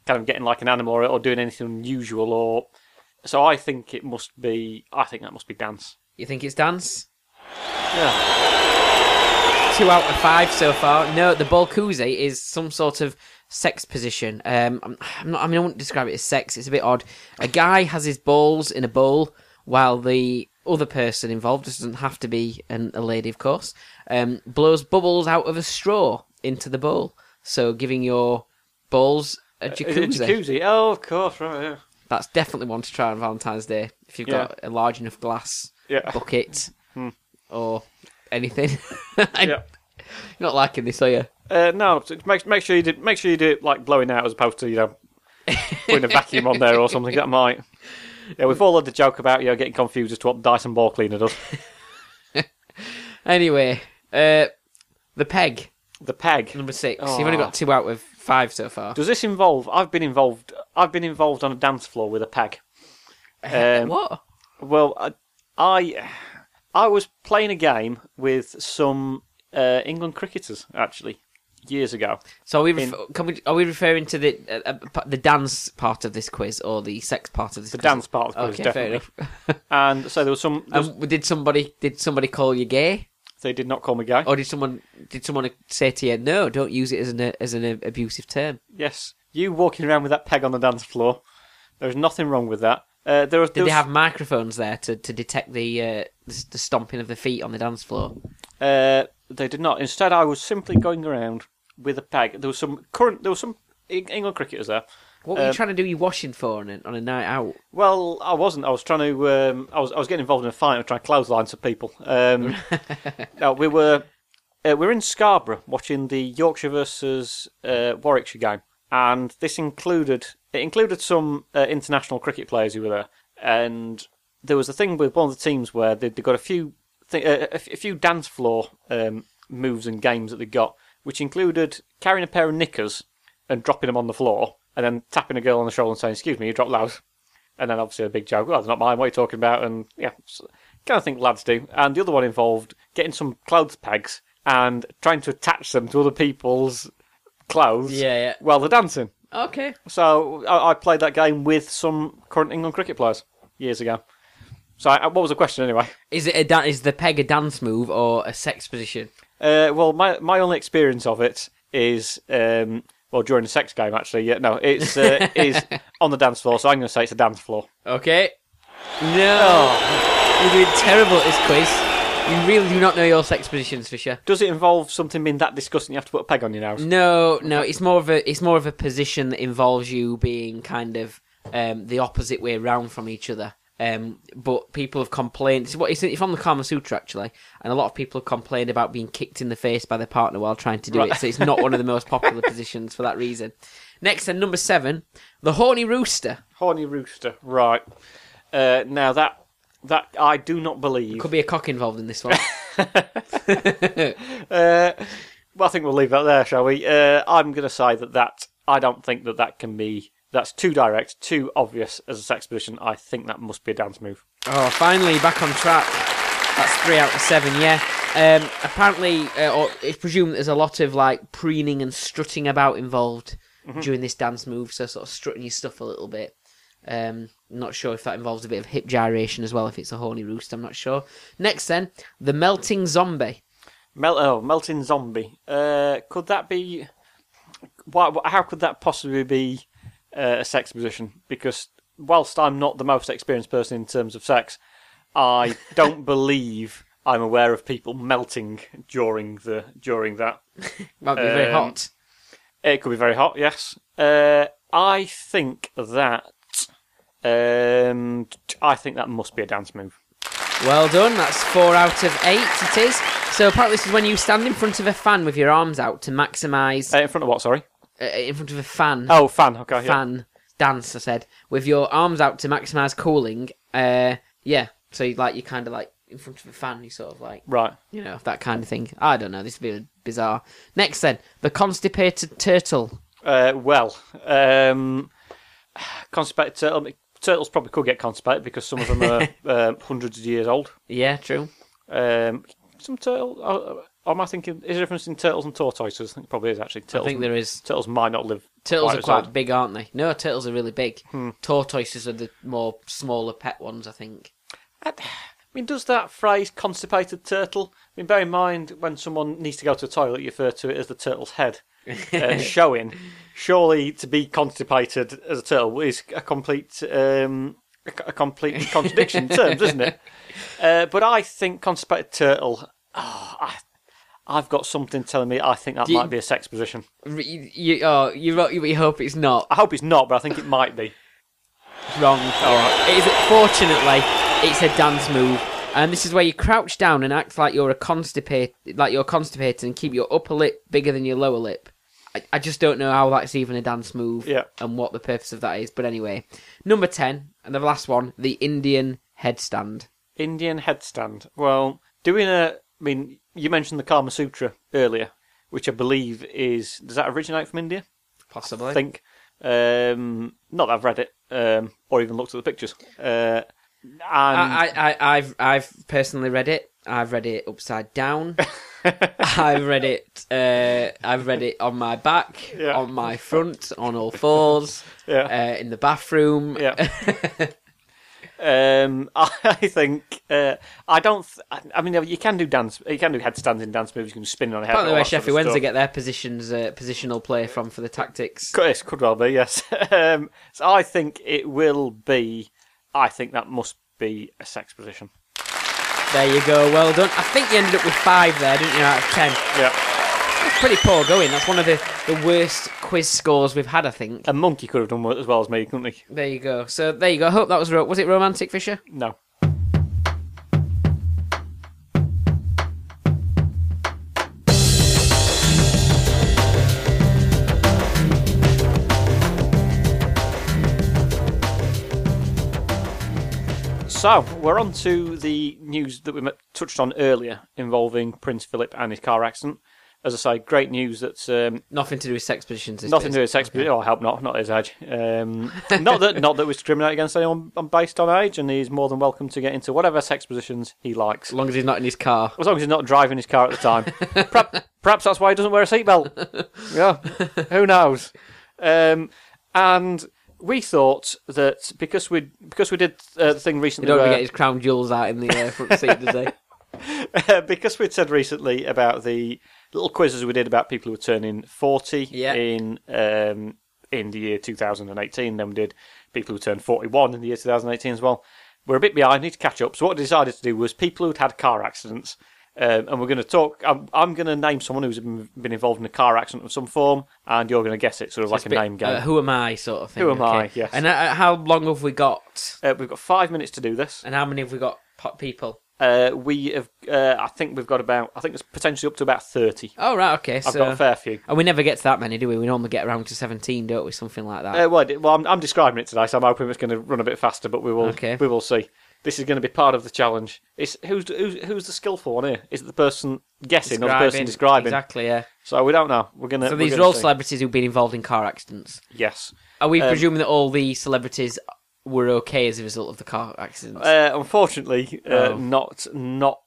[SPEAKER 2] kind of getting like an animal or, or doing anything unusual. Or so I think it must be. I think that must be dance.
[SPEAKER 1] You think it's dance?
[SPEAKER 2] Yeah.
[SPEAKER 1] two out of five so far. No, the Bolkuzi is some sort of sex position. Um, I'm, I'm not, I mean, I wouldn't describe it as sex. It's a bit odd. A guy has his balls in a bowl, while the other person involved, this doesn't have to be an, a lady, of course, um, blows bubbles out of a straw into the bowl. So giving your balls a
[SPEAKER 2] Uh, Is it
[SPEAKER 1] jacuzzi.
[SPEAKER 2] jacuzzi? Oh, of course, right. Yeah.
[SPEAKER 1] That's definitely one to try on Valentine's Day if you've
[SPEAKER 2] Yeah.
[SPEAKER 1] got a large enough glass
[SPEAKER 2] Yeah. Hmm.
[SPEAKER 1] bucket or anything.
[SPEAKER 2] Yeah.
[SPEAKER 1] You're not liking this, are you?
[SPEAKER 2] Uh, no, so make make sure you do, make sure you do it like blowing out as opposed to you know putting a vacuum on there or something. That might. Yeah, we've all had the joke about you know, getting confused as to what Dyson ball cleaner does.
[SPEAKER 1] Anyway, uh, the peg
[SPEAKER 2] The peg.
[SPEAKER 1] number six. You've only
[SPEAKER 2] Aw.
[SPEAKER 1] got two out of five so far.
[SPEAKER 2] Does this involve? I've been involved. I've been involved on a dance floor with a peg. Um,
[SPEAKER 1] Uh, what?
[SPEAKER 2] Well, I, I, I was playing a game with some uh, England cricketers actually years ago.
[SPEAKER 1] So are we, refer- can we are we referring to the uh, uh, pa- the dance part of this quiz or the sex part of this?
[SPEAKER 2] The
[SPEAKER 1] quiz?
[SPEAKER 2] dance part of the quiz,
[SPEAKER 1] Okay, fair
[SPEAKER 2] definitely.
[SPEAKER 1] enough.
[SPEAKER 2] And so there was some. There was,
[SPEAKER 1] Um, did somebody did somebody call you gay,
[SPEAKER 2] they did not call me gay.
[SPEAKER 1] or did someone did someone say to you, "No, don't use it as an uh, as an uh, abusive term"?
[SPEAKER 2] Yes, you walking around with that peg on the dance floor. There's nothing wrong with that. Uh, there was,
[SPEAKER 1] Did
[SPEAKER 2] there
[SPEAKER 1] they
[SPEAKER 2] was-
[SPEAKER 1] have microphones there to, to detect the, uh, the the stomping of the feet on the dance floor?
[SPEAKER 2] Uh, they did not. Instead, I was simply going around with a peg. There was some current. There was some Eng- England cricketers there.
[SPEAKER 1] What were you
[SPEAKER 2] Um,
[SPEAKER 1] trying to do your washing for on a, on a night out?
[SPEAKER 2] Well, I wasn't. I was trying to. Um, I was. I was getting involved in a fight. I was trying to clothesline some people. Um, no, we were. Uh, we were in Scarborough watching the Yorkshire versus uh, Warwickshire game, and this included it included some uh, international cricket players who were there, and there was a thing with one of the teams where they, they got a few th- uh, a, f- a few dance floor um, moves and games that they got, which included carrying a pair of knickers and dropping them on the floor, and then tapping a girl on the shoulder and saying, "Excuse me, you dropped loud." And then obviously a big joke. Well, it's not mine. What are you talking about? And yeah, s- kind of think lads do. And the other one involved getting some clothes pegs and trying to attach them to other people's clothes
[SPEAKER 1] Yeah,
[SPEAKER 2] while they're dancing.
[SPEAKER 1] yeah. Okay.
[SPEAKER 2] So I, I played that game with some current England cricket players years ago. So I, what was the question anyway?
[SPEAKER 1] Is it a da- is the peg a dance move or a sex position?
[SPEAKER 2] Uh, well, my my only experience of it is um, well during a sex game actually. Yeah, no, it's uh, is on the dance floor. So I'm going to say it's a dance floor.
[SPEAKER 1] Okay. No, you're doing terrible at this quiz. You really do not know your sex positions, Fisher.
[SPEAKER 2] Does it involve something being that disgusting? You have to put a peg on your nose.
[SPEAKER 1] No, no, it's more of a it's more of a position that involves you being kind of um, the opposite way round from each other. Um, but people have complained. It's, what, it's, it's from the Kama Sutra actually, and a lot of people have complained about being kicked in the face by their partner while trying to do it. So it's not one of the most popular positions for that reason. Next, and number seven, the horny rooster.
[SPEAKER 2] Horny rooster. Right. Uh, now that that I do not believe.
[SPEAKER 1] Could be a cock involved in this one.
[SPEAKER 2] Uh, well, I think we'll leave that there, shall we? Uh, I'm going to say that that I don't think that that can be. That's too direct, too obvious as a sex position. I think that must be a dance move.
[SPEAKER 1] oh, finally back on track. That's three out of seven. Yeah. Um, apparently, uh, or it's presumed there's a lot of like preening and strutting about involved during this dance move. So sort of strutting your stuff a little bit. Um, not sure if that involves a bit of hip gyration as well. If it's a horny roost, I'm not sure. Next, then the melting zombie.
[SPEAKER 2] Mel- oh, melting zombie. Uh, could that be? why, wh- how could that possibly be uh, a sex position? Because whilst I'm not the most experienced person in terms of sex, I don't believe I'm aware of people melting during the during that.
[SPEAKER 1] Might be very
[SPEAKER 2] Um,
[SPEAKER 1] hot.
[SPEAKER 2] It could be very hot. Yes, uh, I think that. Um, I think that must be a dance move.
[SPEAKER 1] Well done. That's four out of eight. It is. So apparently, this is when you stand in front of a fan with your arms out to maximise
[SPEAKER 2] Uh, in front of what? Sorry.
[SPEAKER 1] uh, in front of a fan.
[SPEAKER 2] Oh, fan. Okay. Yeah.
[SPEAKER 1] fan dance. I said with your arms out to maximise cooling. Uh, yeah. So you like you're kind of like in front of a fan. You sort of like
[SPEAKER 2] Right.
[SPEAKER 1] you know that kind of thing. I don't know. This would be bizarre. Next, then the constipated turtle.
[SPEAKER 2] Uh, well, um, constipated turtle. Turtles probably could get constipated because some of them are um hundreds of years old.
[SPEAKER 1] Yeah, true.
[SPEAKER 2] Um, some turtle. Or, or am I thinking? Is there a difference in turtles and tortoises? I think probably is actually. Turtles,
[SPEAKER 1] I think there is.
[SPEAKER 2] turtles might not live.
[SPEAKER 1] Turtles
[SPEAKER 2] Oh. quite Hmm.
[SPEAKER 1] are
[SPEAKER 2] as
[SPEAKER 1] quite
[SPEAKER 2] old.
[SPEAKER 1] big, aren't they? No, turtles are really big. Tortoises are the more smaller pet ones, I think.
[SPEAKER 2] I mean, does that phrase "constipated turtle"? I mean, bear in mind when someone needs to go to the toilet, you refer to it as the turtle's head uh, showing. Surely, to be constipated as a turtle is a complete, um, a, co- a complete contradiction in terms, isn't it? Uh, but I think constipated turtle. Oh, I, I've got something telling me I think that
[SPEAKER 1] you-
[SPEAKER 2] might be a sex position.
[SPEAKER 1] R- You, you, oh, you, ro- you hope it's not.
[SPEAKER 2] I hope it's not, but I think it might be.
[SPEAKER 1] wrong. It is fortunately it's a dance move. And this is where you crouch down and act like you're a constipated, like you're constipated, and keep your upper lip bigger than your lower lip. I, I just don't know how that's even a dance move,
[SPEAKER 2] Yeah.
[SPEAKER 1] and what the purpose of that is. But anyway, number ten and the last one, the Indian headstand.
[SPEAKER 2] Indian headstand. Well, doing a. I mean, you mentioned the Kama Sutra earlier, which I believe is. Does that originate from India?
[SPEAKER 1] Possibly,
[SPEAKER 2] I think. Um, not that I've read it um, or even looked at the pictures. Uh, and
[SPEAKER 1] I, I, I, I've, I've personally read it. I've read it upside down. I've read it. Uh, I've read it on my back,
[SPEAKER 2] Yeah.
[SPEAKER 1] on my front, on all fours,
[SPEAKER 2] Yeah.
[SPEAKER 1] uh, in the bathroom.
[SPEAKER 2] yeah. um, I think uh, I don't. Th- I- I mean, you can do dance. You can do headstands in dance moves. You can spin on a head.
[SPEAKER 1] Apparently,
[SPEAKER 2] all
[SPEAKER 1] where
[SPEAKER 2] that sort of
[SPEAKER 1] Sheffield Wednesday
[SPEAKER 2] stuff.
[SPEAKER 1] get their positions, uh, positional play from for the tactics.
[SPEAKER 2] Could, yes, could well be, yes. um, so I think it will be. I think that must be a sex position.
[SPEAKER 1] There you go. Well done. I think you ended up with five there, didn't you? Out of ten,
[SPEAKER 2] Yeah.
[SPEAKER 1] pretty poor going. That's one of the, the worst quiz scores we've had, I think.
[SPEAKER 2] A monkey could have done as well as me, couldn't he?
[SPEAKER 1] There you go. So there you go. I hope that was ro- was it romantic, Fisher?
[SPEAKER 2] No. So we're on to the news that we m- touched on earlier involving Prince Philip and his car accident. As I say, great news that's um,
[SPEAKER 1] Nothing to do with sex positions. This
[SPEAKER 2] nothing
[SPEAKER 1] bit,
[SPEAKER 2] to do with sex, but oh, I hope not, not his age. Um, not that not that we discriminate against anyone on- based on age, and he's more than welcome to get into whatever sex positions he likes,
[SPEAKER 1] As long as he's not in his car.
[SPEAKER 2] as long as he's not driving his car at the time. perhaps, perhaps that's why he doesn't wear a seatbelt. Yeah, who knows? Um, and we thought that because we because we did uh, the thing
[SPEAKER 1] He
[SPEAKER 2] recently,
[SPEAKER 1] don't
[SPEAKER 2] where-
[SPEAKER 1] ever get his crown jewels out in the uh, front seat, does he?
[SPEAKER 2] Uh, because we'd said recently about the little quizzes we did about people who were turning 40
[SPEAKER 1] Yeah.
[SPEAKER 2] in um, in the year 2018. Then we did people who turned 41 in the year 2018 as well. We're a bit behind, need to catch up. So what I decided to do was people who'd had car accidents. Um, and we're going to talk. I'm, I'm going to name someone who's been been involved in a car accident of some form, and you're going to guess it, sort of like a
[SPEAKER 1] Bit,
[SPEAKER 2] name game.
[SPEAKER 1] uh, who am I, sort of thing.
[SPEAKER 2] Who am
[SPEAKER 1] okay.
[SPEAKER 2] I, yes.
[SPEAKER 1] And uh, how long have we got?
[SPEAKER 2] Uh, we've got five minutes to do this.
[SPEAKER 1] And how many have we got? Pot people.
[SPEAKER 2] Uh, we have. Uh, I think we've got about. I think it's potentially up to about thirty.
[SPEAKER 1] Oh right, okay.
[SPEAKER 2] I've
[SPEAKER 1] so
[SPEAKER 2] got a fair few.
[SPEAKER 1] And we never get to that many, do we? We normally get around to 17, don't we? Something like that.
[SPEAKER 2] Uh, well, I did- well I'm, I'm describing it today, so I'm hoping it's going to run a bit faster, but we will
[SPEAKER 1] Okay.
[SPEAKER 2] we will see. This is going to be part of the challenge. It's who's who's, who's the skillful one here? Is it the person guessing or the person describing?
[SPEAKER 1] Exactly, yeah.
[SPEAKER 2] So we don't know. We're going to.
[SPEAKER 1] So these are all celebrities who've been involved in car accidents.
[SPEAKER 2] Yes.
[SPEAKER 1] Are we
[SPEAKER 2] Um,
[SPEAKER 1] presuming that all the celebrities were okay as a result of the car accidents?
[SPEAKER 2] Uh, unfortunately, uh,
[SPEAKER 1] Oh.
[SPEAKER 2] not not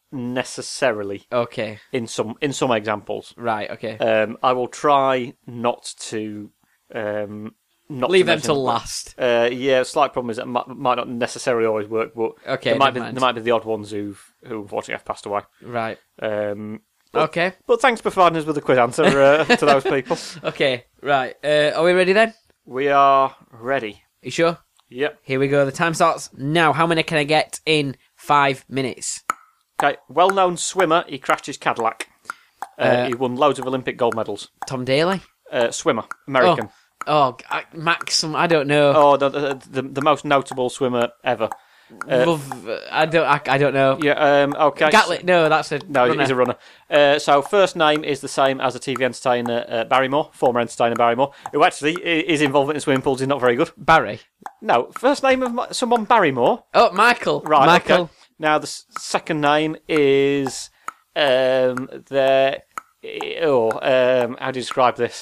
[SPEAKER 2] necessarily
[SPEAKER 1] okay,
[SPEAKER 2] in some in some examples.
[SPEAKER 1] right, okay.
[SPEAKER 2] Um, I will try not to um, not
[SPEAKER 1] Leave
[SPEAKER 2] to
[SPEAKER 1] them
[SPEAKER 2] mention-
[SPEAKER 1] till last.
[SPEAKER 2] Uh, yeah, slight problem is that might, might not necessarily always work, but
[SPEAKER 1] Okay,
[SPEAKER 2] there
[SPEAKER 1] never
[SPEAKER 2] might be
[SPEAKER 1] mind.
[SPEAKER 2] there might be the odd ones who who unfortunately have passed away.
[SPEAKER 1] Right.
[SPEAKER 2] Um,
[SPEAKER 1] Okay.
[SPEAKER 2] But thanks for providing us with a quick answer uh, to those people.
[SPEAKER 1] Okay. Right. Uh, are we ready then?
[SPEAKER 2] We are ready.
[SPEAKER 1] You sure?
[SPEAKER 2] Yep.
[SPEAKER 1] Here we go. The time starts now. How many can I get in five minutes?
[SPEAKER 2] Okay. Well-known swimmer. He crashed his Cadillac. Uh,
[SPEAKER 1] Uh,
[SPEAKER 2] he won loads of Olympic gold medals.
[SPEAKER 1] Tom Daly.
[SPEAKER 2] Uh, swimmer, American.
[SPEAKER 1] Oh, g- I, Max. I don't know.
[SPEAKER 2] Oh, the, the, the, the most notable swimmer ever. uh,
[SPEAKER 1] Love. I don't. I, I don't know.
[SPEAKER 2] Yeah. Um, okay.
[SPEAKER 1] Gatlet. No, that's a.
[SPEAKER 2] No,
[SPEAKER 1] runner.
[SPEAKER 2] he's a runner. Uh, so first name is the same as the TV entertainer uh, Barrymore, former entertainer Barrymore, who actually i- his involvement in swimming pools is not very good.
[SPEAKER 1] Barry.
[SPEAKER 2] No, first name of my- someone Barrymore.
[SPEAKER 1] Oh, Michael.
[SPEAKER 2] Right.
[SPEAKER 1] Michael.
[SPEAKER 2] Okay. Now the s- second name is um the oh um how do you describe this?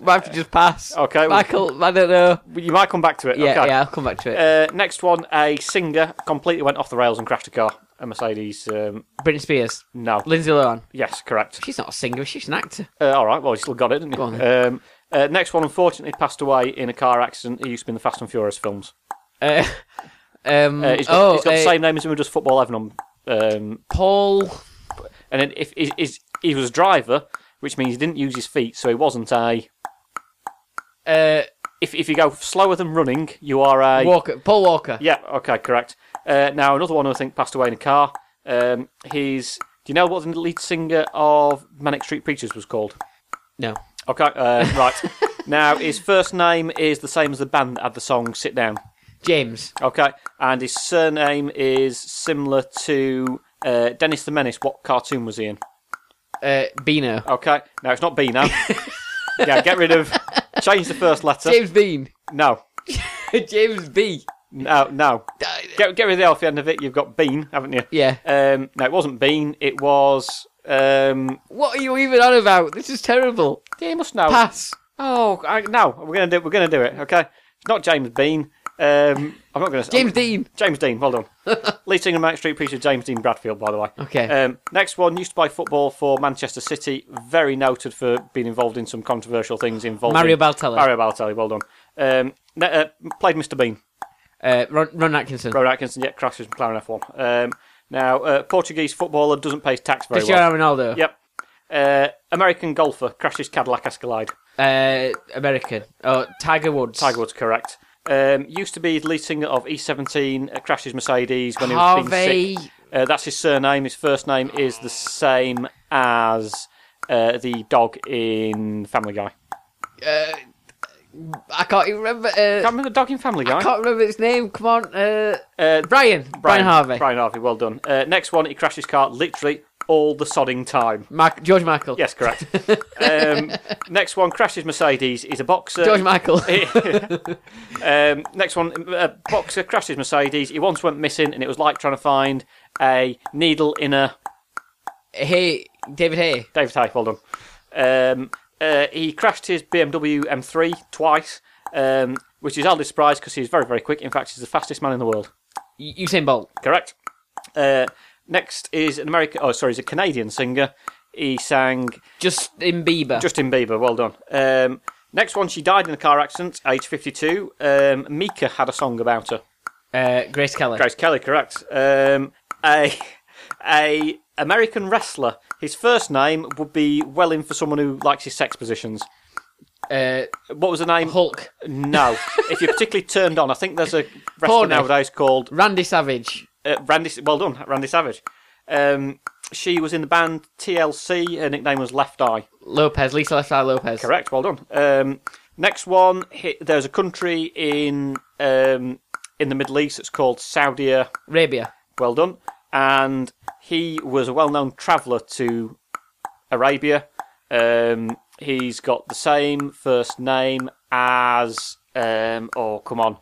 [SPEAKER 1] Might have to just pass.
[SPEAKER 2] Okay, well-
[SPEAKER 1] Michael. I don't know.
[SPEAKER 2] You might come back to it.
[SPEAKER 1] Yeah.
[SPEAKER 2] okay.
[SPEAKER 1] Yeah. I'll come back to it.
[SPEAKER 2] Uh, next one, a singer completely went off the rails and crashed a car. A Mercedes. Um,
[SPEAKER 1] Britney Spears.
[SPEAKER 2] no.
[SPEAKER 1] Lindsay Lohan.
[SPEAKER 2] Yes, correct.
[SPEAKER 1] She's not a singer. She's an actor.
[SPEAKER 2] Uh, all right. Well, you still got it, didn't you?
[SPEAKER 1] Go on
[SPEAKER 2] um, uh, next one, unfortunately, passed away in a car accident. He used to be in the Fast and Furious films.
[SPEAKER 1] Uh, um.
[SPEAKER 2] Uh, he's got,
[SPEAKER 1] oh,
[SPEAKER 2] he's got the
[SPEAKER 1] uh,
[SPEAKER 2] same name as him who does football eleven on. Um,
[SPEAKER 1] Paul.
[SPEAKER 2] and then if he, he's, he was a driver, which means he didn't use his feet, so he wasn't a.
[SPEAKER 1] Uh,
[SPEAKER 2] If if you go slower than running, you are a.
[SPEAKER 1] Walker. Paul Walker.
[SPEAKER 2] Yeah. Okay. Correct. Uh, now another one who I think passed away in a car. Um, he's. Do you know what the lead singer of Manic Street Preachers was called?
[SPEAKER 1] No.
[SPEAKER 2] Okay. Uh, right. now his first name is the same as the band that had the song "Sit Down."
[SPEAKER 1] James.
[SPEAKER 2] Okay, and his surname is similar to uh, Dennis the Menace. What cartoon was he in?
[SPEAKER 1] Uh, Beano.
[SPEAKER 2] Okay, now it's not B now. yeah, get rid of. Change the first letter.
[SPEAKER 1] James Bean.
[SPEAKER 2] No,
[SPEAKER 1] James B.
[SPEAKER 2] no, no. Get, get rid of the L at the end of it. You've got Bean, haven't you?
[SPEAKER 1] Yeah.
[SPEAKER 2] Um, no, it wasn't Bean. It was. Um,
[SPEAKER 1] What are you even on about? This is terrible.
[SPEAKER 2] yeah, you must know.
[SPEAKER 1] Pass.
[SPEAKER 2] Oh, I, no, we're gonna do. We're gonna do it. Okay, it's not James Bean. Um, I'm not gonna.
[SPEAKER 1] James Dean.
[SPEAKER 2] James Dean, hold on. Lead singer of Manic Street Preacher, James Dean Bradfield, by the way.
[SPEAKER 1] Okay.
[SPEAKER 2] Um, next one, used to play football for Manchester City. Very noted for being involved in some controversial things involving
[SPEAKER 1] Mario Balotelli.
[SPEAKER 2] Mario Balotelli, well done. Um, ne- uh, played Mr. Bean.
[SPEAKER 1] Uh, Ron, Ron Atkinson.
[SPEAKER 2] Ron Atkinson, yet crashes McLaren F1. Um, now, uh, Portuguese footballer doesn't pay his tax very well.
[SPEAKER 1] Cristiano Ronaldo.
[SPEAKER 2] Yep. Uh, American golfer crashes Cadillac Escalade.
[SPEAKER 1] Uh, American. Oh, Tiger Woods.
[SPEAKER 2] Tiger Woods, correct. Um, used to be the lead singer of E17, uh, crashes Mercedes when he was being
[SPEAKER 1] Harvey.
[SPEAKER 2] sick. Uh, that's his surname. His first name is the same as uh, the dog in Family Guy.
[SPEAKER 1] I can't even remember. Uh,
[SPEAKER 2] Can't remember the dog in Family Guy.
[SPEAKER 1] I can't remember his name. Come on. Uh,
[SPEAKER 2] Uh,
[SPEAKER 1] Brian. Brian. Harvey.
[SPEAKER 2] Brian Harvey, well done. Uh, next one, he crashed his car literally all the sodding time.
[SPEAKER 1] Mark, George Michael.
[SPEAKER 2] Yes, correct. um, next one, crashes Mercedes. He's a boxer.
[SPEAKER 1] George Michael.
[SPEAKER 2] um, next one, uh, boxer crashes Mercedes. He once went missing, and it was like trying to find a needle in a
[SPEAKER 1] hey, David Hay.
[SPEAKER 2] David Hay, well done. Um, uh, he crashed his BMW M3 twice, um, which is hardly a surprise because he's very, very quick. In fact, he's the fastest man in the world.
[SPEAKER 1] U- Usain Bolt.
[SPEAKER 2] Correct. Uh, next is an American. Oh, sorry, he's a Canadian singer. He sang
[SPEAKER 1] Justin Bieber.
[SPEAKER 2] Justin Bieber. Well done. Um, next one, she died in a car accident, age 52. Um, Mika had a song about her.
[SPEAKER 1] uh, Grace Kelly.
[SPEAKER 2] Grace Kelly, correct. Um, a a American wrestler. His first name would be well in for someone who likes his sex positions.
[SPEAKER 1] Uh,
[SPEAKER 2] What was the name?
[SPEAKER 1] Hulk.
[SPEAKER 2] No. if you're particularly turned on, I think there's a wrestler
[SPEAKER 1] Horner.
[SPEAKER 2] nowadays called
[SPEAKER 1] Randy Savage.
[SPEAKER 2] uh, Randy. Well done, Randy Savage. Um, she was in the band TLC. Her nickname was Left Eye.
[SPEAKER 1] Lopez. Lisa Left Eye Lopez.
[SPEAKER 2] Correct. Well done. Um, next one. hi- There's a country in um, in the Middle East. It's called Saudi.
[SPEAKER 1] Rabia.
[SPEAKER 2] Well done. And he was a well-known traveller to Arabia. Um, he's got the same first name as. Um, oh, come on.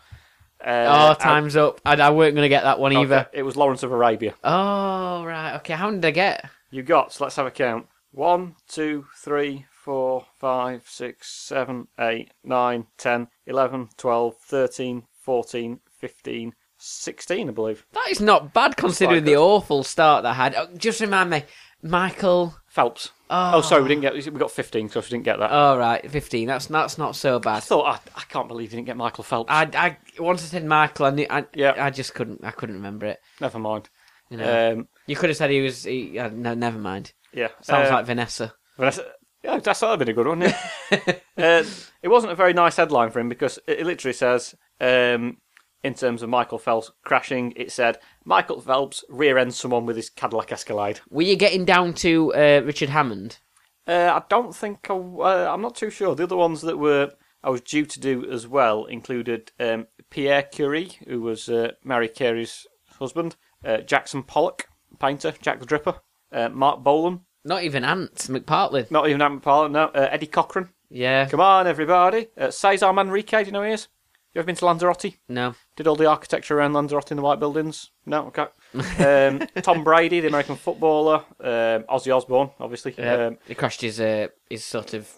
[SPEAKER 1] Oh,
[SPEAKER 2] Uh,
[SPEAKER 1] time's up. I, I weren't going to get that one
[SPEAKER 2] I-
[SPEAKER 1] either.
[SPEAKER 2] It was Lawrence of Arabia.
[SPEAKER 1] Oh, right. Okay, how many did I get?
[SPEAKER 2] You got. So let's have a count. One, two, three, four, five, six, seven, eight, nine, ten, eleven, twelve, thirteen, fourteen, fifteen, sixteen. I believe.
[SPEAKER 1] That is not bad considering
[SPEAKER 2] quite
[SPEAKER 1] the
[SPEAKER 2] good.
[SPEAKER 1] awful start that I had. Oh, just remind me, Michael.
[SPEAKER 2] Phelps.
[SPEAKER 1] Oh.
[SPEAKER 2] sorry, we didn't get. We got fifteen because we didn't get that.
[SPEAKER 1] All right, oh, right, fifteen. That's that's not so
[SPEAKER 2] I
[SPEAKER 1] bad.
[SPEAKER 2] thought "Oh, I, I can't believe you didn't get Michael Phelps.
[SPEAKER 1] I, I once I said Michael, I knew, I,
[SPEAKER 2] Yeah.
[SPEAKER 1] I just couldn't I couldn't remember it.
[SPEAKER 2] Never mind.
[SPEAKER 1] know.
[SPEAKER 2] Um,
[SPEAKER 1] You could have said he was. He, uh, no, never mind.
[SPEAKER 2] Yeah.
[SPEAKER 1] Sounds
[SPEAKER 2] Uh,
[SPEAKER 1] like Vanessa.
[SPEAKER 2] Vanessa. Yeah, that's that'd been a good one. Yeah. uh, it wasn't a very nice headline for him because it, it literally says, um, in terms of Michael Phelps crashing, it said Michael Phelps rear ends someone with his Cadillac Escalade.
[SPEAKER 1] Were you getting down to uh, Richard Hammond?
[SPEAKER 2] Uh, I don't think I, uh, I'm not too sure. The other ones that were I was due to do as well included um, Pierre Curie, who was uh, Mary Carey's husband, uh, Jackson Pollock, painter, Jack the Dripper, uh, Mark Bolan,
[SPEAKER 1] Not even Ant McPartlin.
[SPEAKER 2] not even Adam Pollock, no, uh, Eddie Cochran.
[SPEAKER 1] Yeah.
[SPEAKER 2] Come on, everybody. Uh, Cesar Manrique, do you know who he is? You ever been to Lanzarote?
[SPEAKER 1] No.
[SPEAKER 2] Did all the architecture around Lanzarote in the white buildings? No, okay. Um, Tom Brady, the American footballer. Um, Ozzy Osbourne, obviously.
[SPEAKER 1] Yeah.
[SPEAKER 2] Um,
[SPEAKER 1] he crashed his uh, his sort of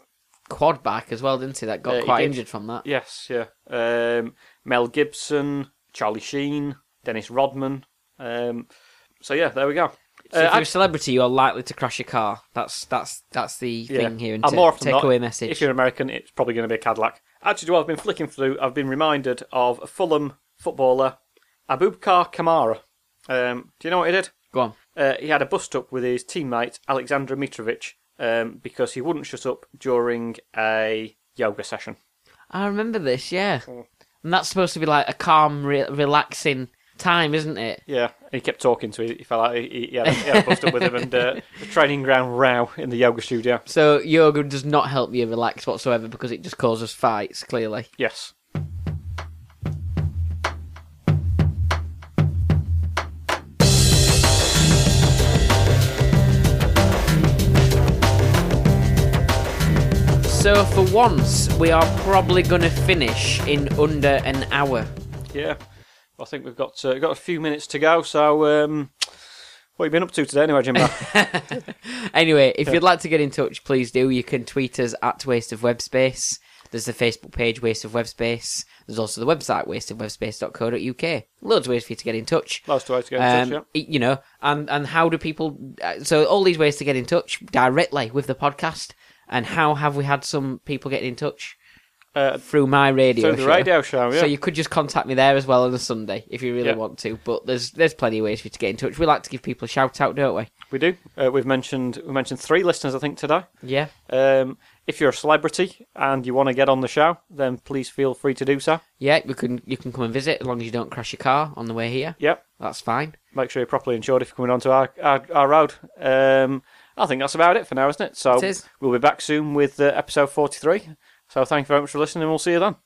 [SPEAKER 1] quad back as well, didn't he? That got
[SPEAKER 2] Uh, he
[SPEAKER 1] quite
[SPEAKER 2] did.
[SPEAKER 1] injured from that.
[SPEAKER 2] yes, yeah. Um, Mel Gibson, Charlie Sheen, Dennis Rodman. Um, so, yeah, there we go.
[SPEAKER 1] So
[SPEAKER 2] Uh,
[SPEAKER 1] if you're
[SPEAKER 2] I-
[SPEAKER 1] a celebrity, you're likely to crash a car. That's that's that's the thing here. And
[SPEAKER 2] And
[SPEAKER 1] ta-
[SPEAKER 2] more often than not,
[SPEAKER 1] takeaway
[SPEAKER 2] If
[SPEAKER 1] message.
[SPEAKER 2] you're American, it's probably going to be a Cadillac. Actually, while I've been flicking through, I've been reminded of a Fulham footballer, Abubakar Kamara. Um, do you know what he did?
[SPEAKER 1] Go on.
[SPEAKER 2] Uh, he had a bust up with his teammate Alexandra Mitrovic um, because he wouldn't shut up during a yoga session.
[SPEAKER 1] I remember this. Yeah.
[SPEAKER 2] Hmm.
[SPEAKER 1] And that's supposed to be like a calm, re- relaxing time, isn't it?
[SPEAKER 2] Yeah, he kept talking to. Him. He felt like he, he, had, a, he had a bust up with him and uh, the training ground row in the yoga studio.
[SPEAKER 1] So yoga does not help you relax whatsoever because it just causes fights. Clearly.
[SPEAKER 2] Yes.
[SPEAKER 1] So for once, we are probably going to finish in under an hour.
[SPEAKER 2] Yeah. I think we've got uh, got a few minutes to go. So, um, what have you been up to today, anyway, Jimbo?
[SPEAKER 1] Anyway, if you'd like to get in touch, please do. You can tweet us at Waste of Web Space. There's the Facebook page, Waste of Web Space. There's also the website, wasteofwebspace.co.uk. Loads of ways for you to get in touch. Um,
[SPEAKER 2] Loads of ways to get in touch, yeah.
[SPEAKER 1] y- You know, and, and how do people. uh, So, all these ways to get in touch directly with the podcast. And how have we had some people getting in touch?
[SPEAKER 2] Uh,
[SPEAKER 1] Through my radio
[SPEAKER 2] through the
[SPEAKER 1] show.
[SPEAKER 2] radio show, yeah.
[SPEAKER 1] So you could just contact me there as well on a Sunday if you really
[SPEAKER 2] Yeah.
[SPEAKER 1] want to. But there's there's plenty of ways for you to get in touch. We like to give people a shout out, don't we?
[SPEAKER 2] we do. Uh, we've mentioned we mentioned three listeners, I think, today.
[SPEAKER 1] Yeah.
[SPEAKER 2] Um, if you're a celebrity and you want to get on the show, then please feel free to do so.
[SPEAKER 1] Yeah, we can you can come and visit as long as you don't crash your car on the way here.
[SPEAKER 2] Yep.
[SPEAKER 1] That's fine.
[SPEAKER 2] Make sure you're properly insured if you're coming onto our our, our road. Um, I think that's about it for now, isn't it? So
[SPEAKER 1] It is.
[SPEAKER 2] we'll be back soon with uh, episode 43. So thank you very much for listening, and we'll see you then.